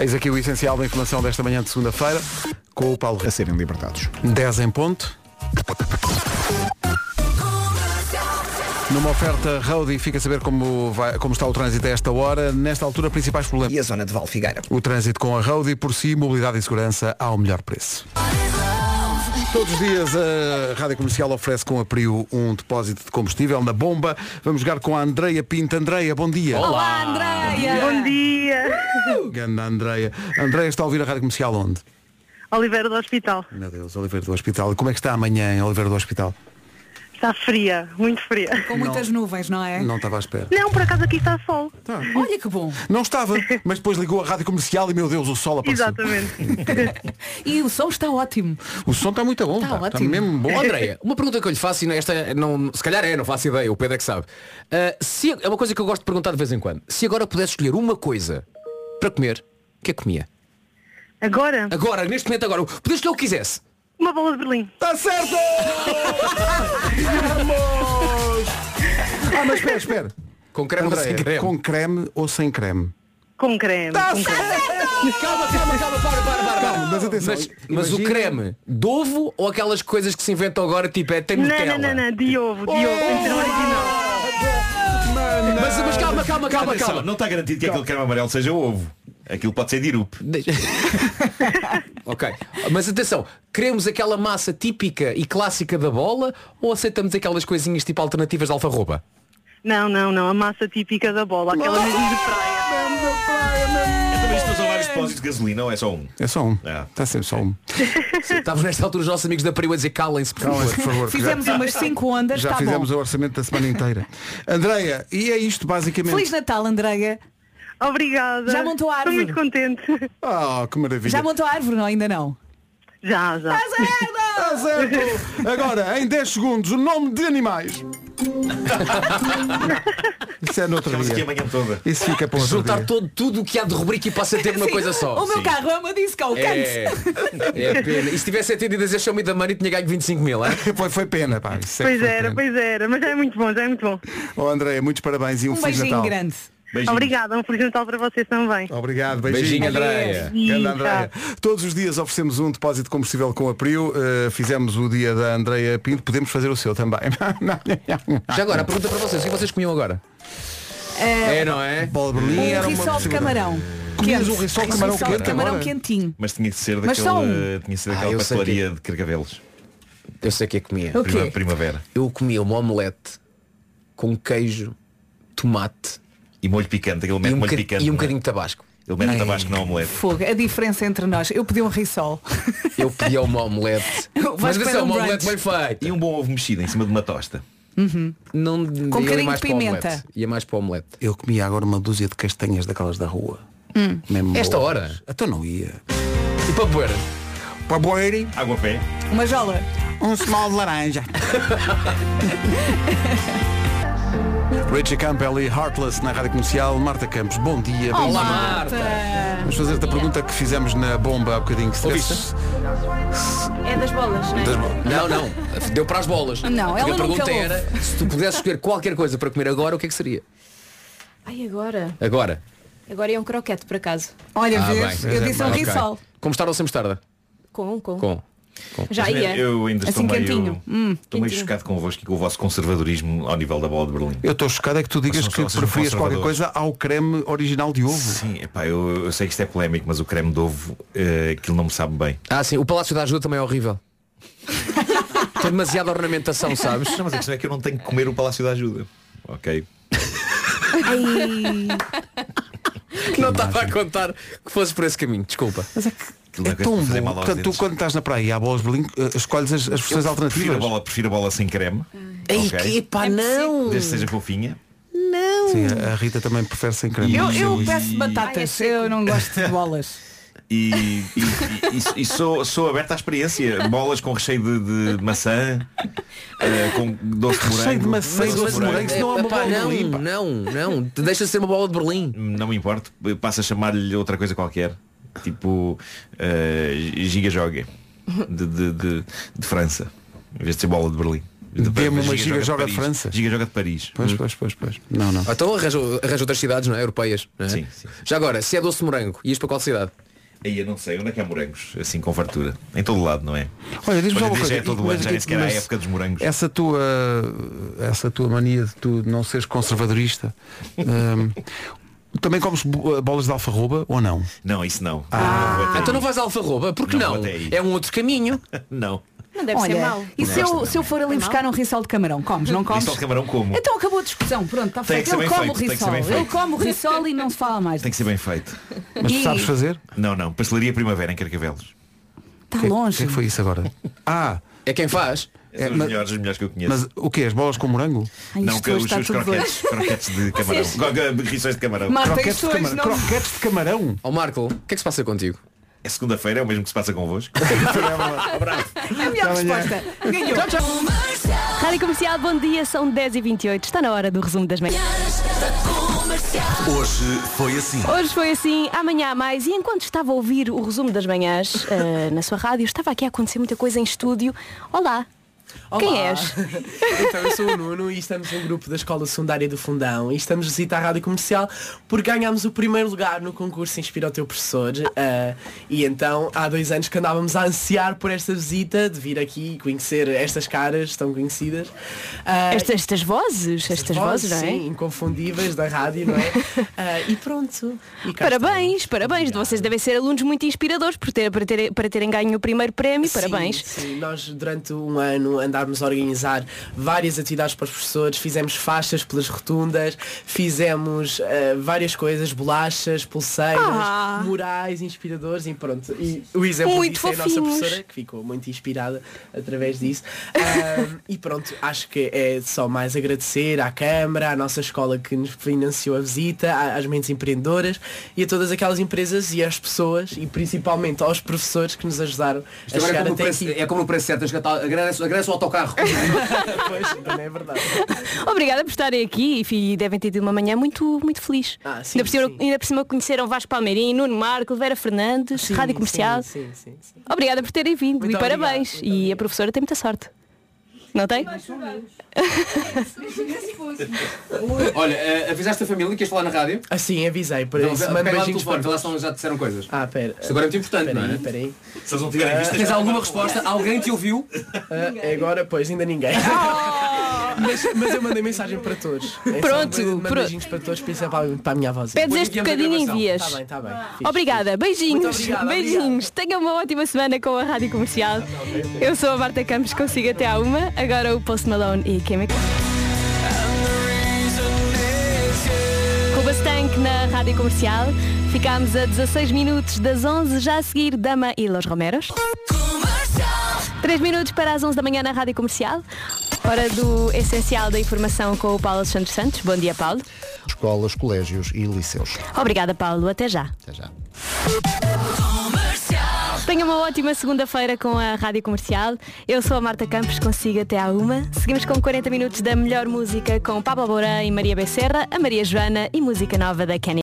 Speaker 1: Eis aqui o essencial da informação desta manhã de segunda-feira, com o Paulo. A serem libertados. 10 em ponto. Numa oferta road e fica a saber como, vai- como está o trânsito a esta hora. Nesta altura, principais problemas. E
Speaker 2: a zona de Val Figueira.
Speaker 1: O trânsito com a road e por si, mobilidade e segurança ao melhor preço. Todos os dias a Rádio Comercial oferece com a Priu um depósito de combustível na bomba. Vamos jogar com a Andreia Pinto. Andreia, bom dia.
Speaker 3: Andréia!
Speaker 10: Bom dia.
Speaker 1: Ganda Andreia. Andreia está a ouvir a Rádio Comercial onde?
Speaker 10: Oliveira do Hospital.
Speaker 1: Meu Deus, Oliveira do Hospital. E Como é que está amanhã em Oliveira do Hospital?
Speaker 10: Está fria, muito fria.
Speaker 3: Com muitas nuvens, não é?
Speaker 1: Não Tá. estava à espera.
Speaker 10: Não, por acaso aqui está sol.
Speaker 3: Olha que bom.
Speaker 1: Não estava, mas depois ligou a rádio comercial e, meu Deus, o sol apareceu.
Speaker 3: e o som está ótimo.
Speaker 1: O som está muito bom.
Speaker 3: Está
Speaker 1: pá.
Speaker 3: ótimo.
Speaker 1: Tá mesmo bom.
Speaker 3: Ó,
Speaker 7: Andréia, uma pergunta que eu lhe faço, e esta não, se calhar é, não faço ideia, o Pedro é que sabe. Ah, se, é uma coisa que eu gosto de perguntar de vez em quando. Se agora pudesse escolher uma coisa para comer, o que é que comia?
Speaker 10: Agora,
Speaker 7: Agora, neste momento agora, pudesse escolher o que quisesse.
Speaker 10: uma bola de Berlim.
Speaker 1: Está Tá certo! Vamos! Ah, mas espera, espera.
Speaker 7: Com creme ou sem creme?
Speaker 1: Com creme ou sem creme?
Speaker 10: Com creme.
Speaker 3: Tá
Speaker 10: com creme.
Speaker 7: Calma, calma, calma, para, para, para.
Speaker 1: Calma, mas atenção.
Speaker 7: Mas, mas o
Speaker 1: imagina-
Speaker 7: creme de ovo ou aquelas coisas que se inventam agora, tipo, é tem
Speaker 10: Não,
Speaker 7: Nutella? Oh,
Speaker 10: não, não, não, de ovo, de ovo, tem que ser original.
Speaker 7: Mas, mas calma, calma, calma,
Speaker 12: Atenção,
Speaker 7: calma.
Speaker 12: Não está garantido que aquele creme amarelo seja ovo. Aquilo pode ser dirupe.
Speaker 7: Ok. Mas atenção, queremos aquela massa típica e clássica da bola ou aceitamos aquelas coisinhas tipo alternativas de alfarroba?
Speaker 10: Não, não, não, a massa típica da bola, aquela mesmo de praia.
Speaker 12: Então, mas isto são vários depósitos de gasolina ou é só um?
Speaker 1: É só um. Está sempre só um.
Speaker 7: Estávamos nesta altura os nossos amigos da Priu a dizer calem-se, por favor.
Speaker 1: Calem-se, por favor, que
Speaker 3: Fizemos umas 5 ondas,
Speaker 1: Já
Speaker 3: está bom.
Speaker 1: fizemos o orçamento da semana inteira. Andreia, e é isto basicamente.
Speaker 3: Feliz Natal, Andreia.
Speaker 10: Obrigada.
Speaker 3: Já montou a
Speaker 10: Estou
Speaker 3: árvore?
Speaker 10: muito contente.
Speaker 1: Oh, que maravilha.
Speaker 3: Já montou a árvore, não? Ainda não. Tá
Speaker 10: Já, já.
Speaker 12: Tá
Speaker 1: Está certo! Agora, em 10 segundos, o nome de animais. Isso é noutro
Speaker 12: Estamos aqui
Speaker 1: dia.
Speaker 12: amanhã toda.
Speaker 1: Isso fica para um outro
Speaker 7: Juntar
Speaker 1: dia.
Speaker 7: todo, tudo o que há de rubrica e passa a ter uma
Speaker 3: Sim,
Speaker 7: coisa só.
Speaker 3: O meu carro é uma disco, ao
Speaker 7: É,
Speaker 3: canto.
Speaker 7: é pena. E se tivesse atendido a dizer show me da money tinha ganho 25 mil, é?
Speaker 1: Foi, foi pena, pá. Isso é que
Speaker 10: Pois
Speaker 1: foi
Speaker 10: era,
Speaker 1: pena.
Speaker 10: pois era, mas já é muito bom, já é muito bom.
Speaker 1: Oh, André, muitos parabéns e um,
Speaker 3: Um
Speaker 1: feliz
Speaker 3: beijinho
Speaker 1: Natal.
Speaker 3: grande.
Speaker 10: Obrigada, um feliz Natal para vocês também.
Speaker 1: Obrigado, beijinho.
Speaker 7: Beijinho, Andreia.
Speaker 1: Grande Andreia. Todos os dias oferecemos um depósito de combustível com a Priu. Uh, fizemos o dia da Andreia Pinto. Podemos fazer o seu também.
Speaker 7: Já agora, a pergunta para vocês, o que vocês comiam agora?
Speaker 3: É,
Speaker 7: É, não é?
Speaker 1: Bola de Berlim
Speaker 3: um
Speaker 1: era uma
Speaker 3: rissol de
Speaker 1: possibilidade.
Speaker 3: camarão.
Speaker 1: Comias
Speaker 3: Quente.
Speaker 1: um rissol de camarão
Speaker 3: Rissol
Speaker 1: quente
Speaker 3: de camarão
Speaker 1: agora?
Speaker 3: quentinho.
Speaker 12: Mas tinha de ser
Speaker 3: Mas só
Speaker 12: daquela,
Speaker 3: um.
Speaker 12: tinha de ser
Speaker 7: Ah,
Speaker 12: daquela
Speaker 7: eu sei
Speaker 12: pastelaria de carcavelos.
Speaker 7: Eu sei o que é que comia.
Speaker 3: O quê?
Speaker 12: Prima- primavera.
Speaker 7: Eu comia uma omelete com queijo, tomate
Speaker 12: E molho picante. Aquele
Speaker 7: e
Speaker 12: mete
Speaker 7: um,
Speaker 12: molho
Speaker 7: boca-
Speaker 12: picante.
Speaker 7: e um
Speaker 12: não é?
Speaker 7: bocadinho de tabasco.
Speaker 12: Ele mete tabasco na omelete.
Speaker 3: Fogo, a diferença entre nós. Eu pedi um rissol.
Speaker 7: Eu pedia uma omelete.
Speaker 3: Vais
Speaker 7: Mas
Speaker 3: para
Speaker 12: é
Speaker 7: atenção,
Speaker 3: um
Speaker 7: uma
Speaker 3: brunch.
Speaker 7: omelete bem feita.
Speaker 12: E um bom ovo mexido em cima de uma tosta.
Speaker 3: Uhum.
Speaker 7: Não, eu ia
Speaker 3: carinho
Speaker 7: mais
Speaker 3: de
Speaker 7: para a
Speaker 3: pimenta.
Speaker 7: omelete. Ia mais para a omelete.
Speaker 1: Eu comia agora uma dúzia de castanhas daquelas da rua.
Speaker 3: Hum.
Speaker 1: Mesmo
Speaker 7: Esta
Speaker 1: boas.
Speaker 7: hora?
Speaker 1: Até não ia.
Speaker 7: E para poer?
Speaker 1: Para Boeri,
Speaker 12: Água a pé.
Speaker 3: Uma jola.
Speaker 1: um small de laranja. Richie Campbell e Heartless na Rádio Comercial. Marta Campos, bom dia. bem-vinda.
Speaker 7: Olá, Marta.
Speaker 1: Vamos fazer-te a pergunta que fizemos na bomba há bocadinho. Que se tivesse-
Speaker 11: É das bolas, não é?
Speaker 1: das bo-
Speaker 7: Não, não. Deu para as bolas.
Speaker 3: Não,
Speaker 7: Porque
Speaker 3: ela
Speaker 7: a
Speaker 3: nunca
Speaker 7: pergunta
Speaker 3: ouve.
Speaker 7: era se tu pudesses escolher qualquer coisa para comer agora, o que é que seria?
Speaker 11: Ai, agora.
Speaker 7: Agora.
Speaker 11: Agora é um croquete, por acaso.
Speaker 3: Olha,
Speaker 7: Ah,
Speaker 3: vês?
Speaker 7: bem.
Speaker 3: Eu disse um
Speaker 7: Ok.
Speaker 3: rissol.
Speaker 7: Com mostarda ou sem mostarda?
Speaker 11: Com, com.
Speaker 7: Com.
Speaker 11: Já ia.
Speaker 12: Eu ainda
Speaker 3: Assim
Speaker 12: estou
Speaker 3: quentinho.
Speaker 12: meio, estou meio chocado convosco e com o vosso conservadorismo ao nível da bola de Berlim.
Speaker 1: Eu estou chocado é que tu digas
Speaker 12: são
Speaker 1: que
Speaker 12: só- são
Speaker 1: preferias qualquer
Speaker 12: conservadores.
Speaker 1: coisa ao creme original de ovo.
Speaker 12: Sim, epá, eu, eu sei que isto é polémico, mas o creme de ovo, eh, aquilo não me sabe bem.
Speaker 7: Ah, sim. O Palácio da Ajuda também é horrível. Tem demasiada ornamentação, sabes?
Speaker 12: Não, mas a questão é que eu não tenho que comer o Palácio da Ajuda. Ok.
Speaker 7: Não estava a contar que fosse por esse caminho, desculpa.
Speaker 1: Mas é
Speaker 12: Aquilo
Speaker 1: É
Speaker 12: dá gosto
Speaker 1: tão
Speaker 12: de fazer
Speaker 1: bom.
Speaker 12: mal aos
Speaker 1: Portanto, tu
Speaker 12: dentes.
Speaker 1: quando estás na praia e há bolas de Berlim, eh, escolhes as, as versões
Speaker 12: Eu Prefiro a,
Speaker 1: alternativas.
Speaker 12: bola, prefiro a bola sem creme.
Speaker 7: Ei,
Speaker 12: Ok?
Speaker 7: que pá, não!
Speaker 12: Desde que seja fofinha.
Speaker 3: Não.
Speaker 1: Sim,
Speaker 12: é.
Speaker 1: a- a Rita também prefere sem creme.
Speaker 3: Eu, eu
Speaker 12: Sim.
Speaker 3: peço batatas, eu não gosto de bolas.
Speaker 12: E, é e, e- e sou, sou aberto à experiência. Bolas com recheio de, de maçã, eh, com doce de morango.
Speaker 7: Recheio de maçã e
Speaker 12: Doce
Speaker 7: doce de morango, senão é uma bola de Berlim, pá.
Speaker 12: Não, não, deixa ser uma bola de Berlim. Não me importo, passa a chamar-lhe outra coisa qualquer. Tipo eh, giga jogue de, de, de- de França. Em vez de ser bola de Berlim.
Speaker 1: Dê-me uma
Speaker 12: Giga
Speaker 1: giga
Speaker 12: joga
Speaker 1: joga
Speaker 12: de
Speaker 1: de
Speaker 12: Paris.
Speaker 1: França.
Speaker 12: Giga joga de Paris. Hum?
Speaker 1: Pois, pois, pois, pois. Não, não.
Speaker 7: Ah, Então arranja, arranja outras cidades, não é? Europeias. não é? Já agora, se é doce de morango, ias para qual cidade?
Speaker 12: Aí eu não sei, onde é que há morangos? Assim com fartura. Em todo lado, não é?
Speaker 1: Olha, diz-me
Speaker 12: Hoje
Speaker 1: só uma
Speaker 12: em dia
Speaker 1: coisa.
Speaker 12: já é todo o ano,
Speaker 1: Mas-
Speaker 12: já nem sequer há
Speaker 1: mas
Speaker 12: época dos morangos.
Speaker 1: Essa tua, essa tua mania de tu não seres conservadorista. hum, também comes bo- bolas de alfarroba ou não? Ah,
Speaker 12: Não, isso não.
Speaker 7: então não vais à alfarroba, porque
Speaker 12: Não
Speaker 7: não?
Speaker 12: vou até aí.
Speaker 7: É um outro caminho.
Speaker 12: não.
Speaker 3: Não
Speaker 11: deve ser mau.
Speaker 3: E se eu, se eu for ali buscar um rissol de camarão, comes, não comes?
Speaker 12: Rissol de camarão
Speaker 1: É
Speaker 12: como?
Speaker 3: Então acabou a discussão, pronto, está
Speaker 12: Tem
Speaker 3: feito.
Speaker 12: que ser
Speaker 3: Eu
Speaker 12: bem
Speaker 3: como
Speaker 12: feito, tem que ser
Speaker 3: rissol,
Speaker 12: bem
Speaker 3: eu
Speaker 12: feito.
Speaker 3: como rissol e não se fala mais.
Speaker 12: Tem que ser bem feito.
Speaker 1: Mas tu
Speaker 3: E-
Speaker 1: sabes fazer? Tá
Speaker 12: Não, não. Pastelaria Primavera em Carcavelos.
Speaker 3: Está longe.
Speaker 1: O que foi isso agora? Ah!
Speaker 7: É quem faz.
Speaker 12: São os melhores, os melhores que eu conheço.
Speaker 1: Mas o que? As bolas com morango?
Speaker 12: não, que é os, os croquetes, croquetes de camarão.
Speaker 7: Vocês-
Speaker 12: Go- go- Rissóis de camarão.
Speaker 1: croquetes, de camarão. croquetes de camarão.
Speaker 7: Ó Marco, o que é que se passa contigo?
Speaker 12: É segunda-feira, é o mesmo que se passa convosco.
Speaker 17: É a melhor resposta. Ganhou. Rádio Comercial, bom dia, são 10h28. Está na hora do resumo das manhãs.
Speaker 18: Hoje foi assim.
Speaker 17: Hoje foi assim, amanhã há mais. E enquanto estava a ouvir o resumo das manhãs eh, na sua rádio, estava aqui a acontecer muita coisa em estúdio. Olá. Quem és?
Speaker 19: Então eu sou o Nuno e estamos um grupo da Escola Secundária do Fundão e estamos de visita à Rádio Comercial porque ganhámos o primeiro lugar no concurso Inspira o Teu Professor eh, e então há dois anos que andávamos a ansiar por esta visita, de vir aqui e conhecer estas caras tão conhecidas. Eh,
Speaker 17: Estas, estas vozes, estas vozes, não é?
Speaker 19: Sim, inconfundíveis da rádio, não é? Eh, e pronto. E cá
Speaker 17: Parabéns, parabéns. Vocês devem ser alunos muito inspiradores por ter, para, ter, para terem ganho o primeiro prémio.
Speaker 19: Sim,
Speaker 17: Parabéns.
Speaker 19: sim. Nós durante um ano andámos a organizar várias atividades para os professores, fizemos faixas pelas rotundas, fizemos eh, várias coisas, bolachas, pulseiras,
Speaker 17: Ah.
Speaker 19: murais inspiradores e pronto. E o exemplo
Speaker 17: Muito
Speaker 19: disso é a nossa
Speaker 17: fofinhos.
Speaker 19: professora, que ficou muito inspirada através disso. Ahm, e pronto, acho que é só mais agradecer à Câmara, à nossa escola que nos financiou a visita, à- às mentes empreendedoras e a todas aquelas empresas e às pessoas e principalmente aos professores que nos ajudaram
Speaker 7: Isto
Speaker 19: a
Speaker 7: agora é
Speaker 19: chegar
Speaker 7: como, o
Speaker 19: até
Speaker 7: preço,
Speaker 19: aqui.
Speaker 7: é como o preço certo, agradece, agradece o autocarro.
Speaker 17: Obrigada por estarem aqui e fi- devem ter tido uma manhã muito, muito feliz.
Speaker 19: Ah, sim,
Speaker 17: ainda, por cima, ainda por cima conheceram Vasco Palmeirim, Nuno Marco, Vera Fernandes, Rádio Comercial.
Speaker 19: Sim, sim, sim.
Speaker 17: Obrigada por terem vindo
Speaker 19: Muito
Speaker 17: e parabéns. e a professora tem muita sorte. Não tem?
Speaker 19: um
Speaker 3: é
Speaker 7: Olha, eh, avisaste a família que ias falar na rádio?
Speaker 19: Assim, avisei, para
Speaker 7: Não,
Speaker 19: isso.
Speaker 7: Então, pega
Speaker 19: Manda
Speaker 7: lá no
Speaker 19: beijinhos
Speaker 7: telefone,
Speaker 19: para
Speaker 7: vê lá se não já te disseram coisas.
Speaker 19: Ah, pera.
Speaker 7: Isto agora é muito importante, não é?
Speaker 19: Peraí.
Speaker 12: Se eles não
Speaker 7: tiverem visto, tens alguma resposta? Alguém te ouviu? Oh!
Speaker 19: agora, pois, ainda ninguém. mas, mas eu mandei mensagem para todos. É só
Speaker 17: Pronto,
Speaker 19: mandei- mandei
Speaker 17: pronto.
Speaker 19: beijinhos para todos, principalmente para a minha voz.
Speaker 17: Pedes este bocadinho e envias.
Speaker 19: Está Tá bem, está bem. Fixe.
Speaker 17: Obrigada, beijinhos,
Speaker 19: Muito obrigado,
Speaker 17: beijinhos. Tenha uma ótima semana com a Rádio Comercial.
Speaker 19: Tá
Speaker 17: Eu sou a Marta Campos, consigo até à uma. Agora o Post Malone e Chemical. Cuba Stank na Rádio Comercial. Ficámos a 16 minutos das 11, já a seguir Dama e Los Romeros. 3 minutos para as 11 da manhã na Rádio Comercial. Hora do essencial da informação com o Paulo Alexandre Santos. Bom dia, Paulo.
Speaker 20: Escolas, colégios e liceus.
Speaker 17: Obrigada, Paulo. Até já.
Speaker 20: Até já.
Speaker 17: Tenha uma ótima segunda-feira com a Rádio Comercial. Eu sou a Marta Campos, consigo até à uma. Seguimos com 40 minutos da melhor música com Pablo Bourã e Maria Becerra, a Maria Joana e música nova da Kenny.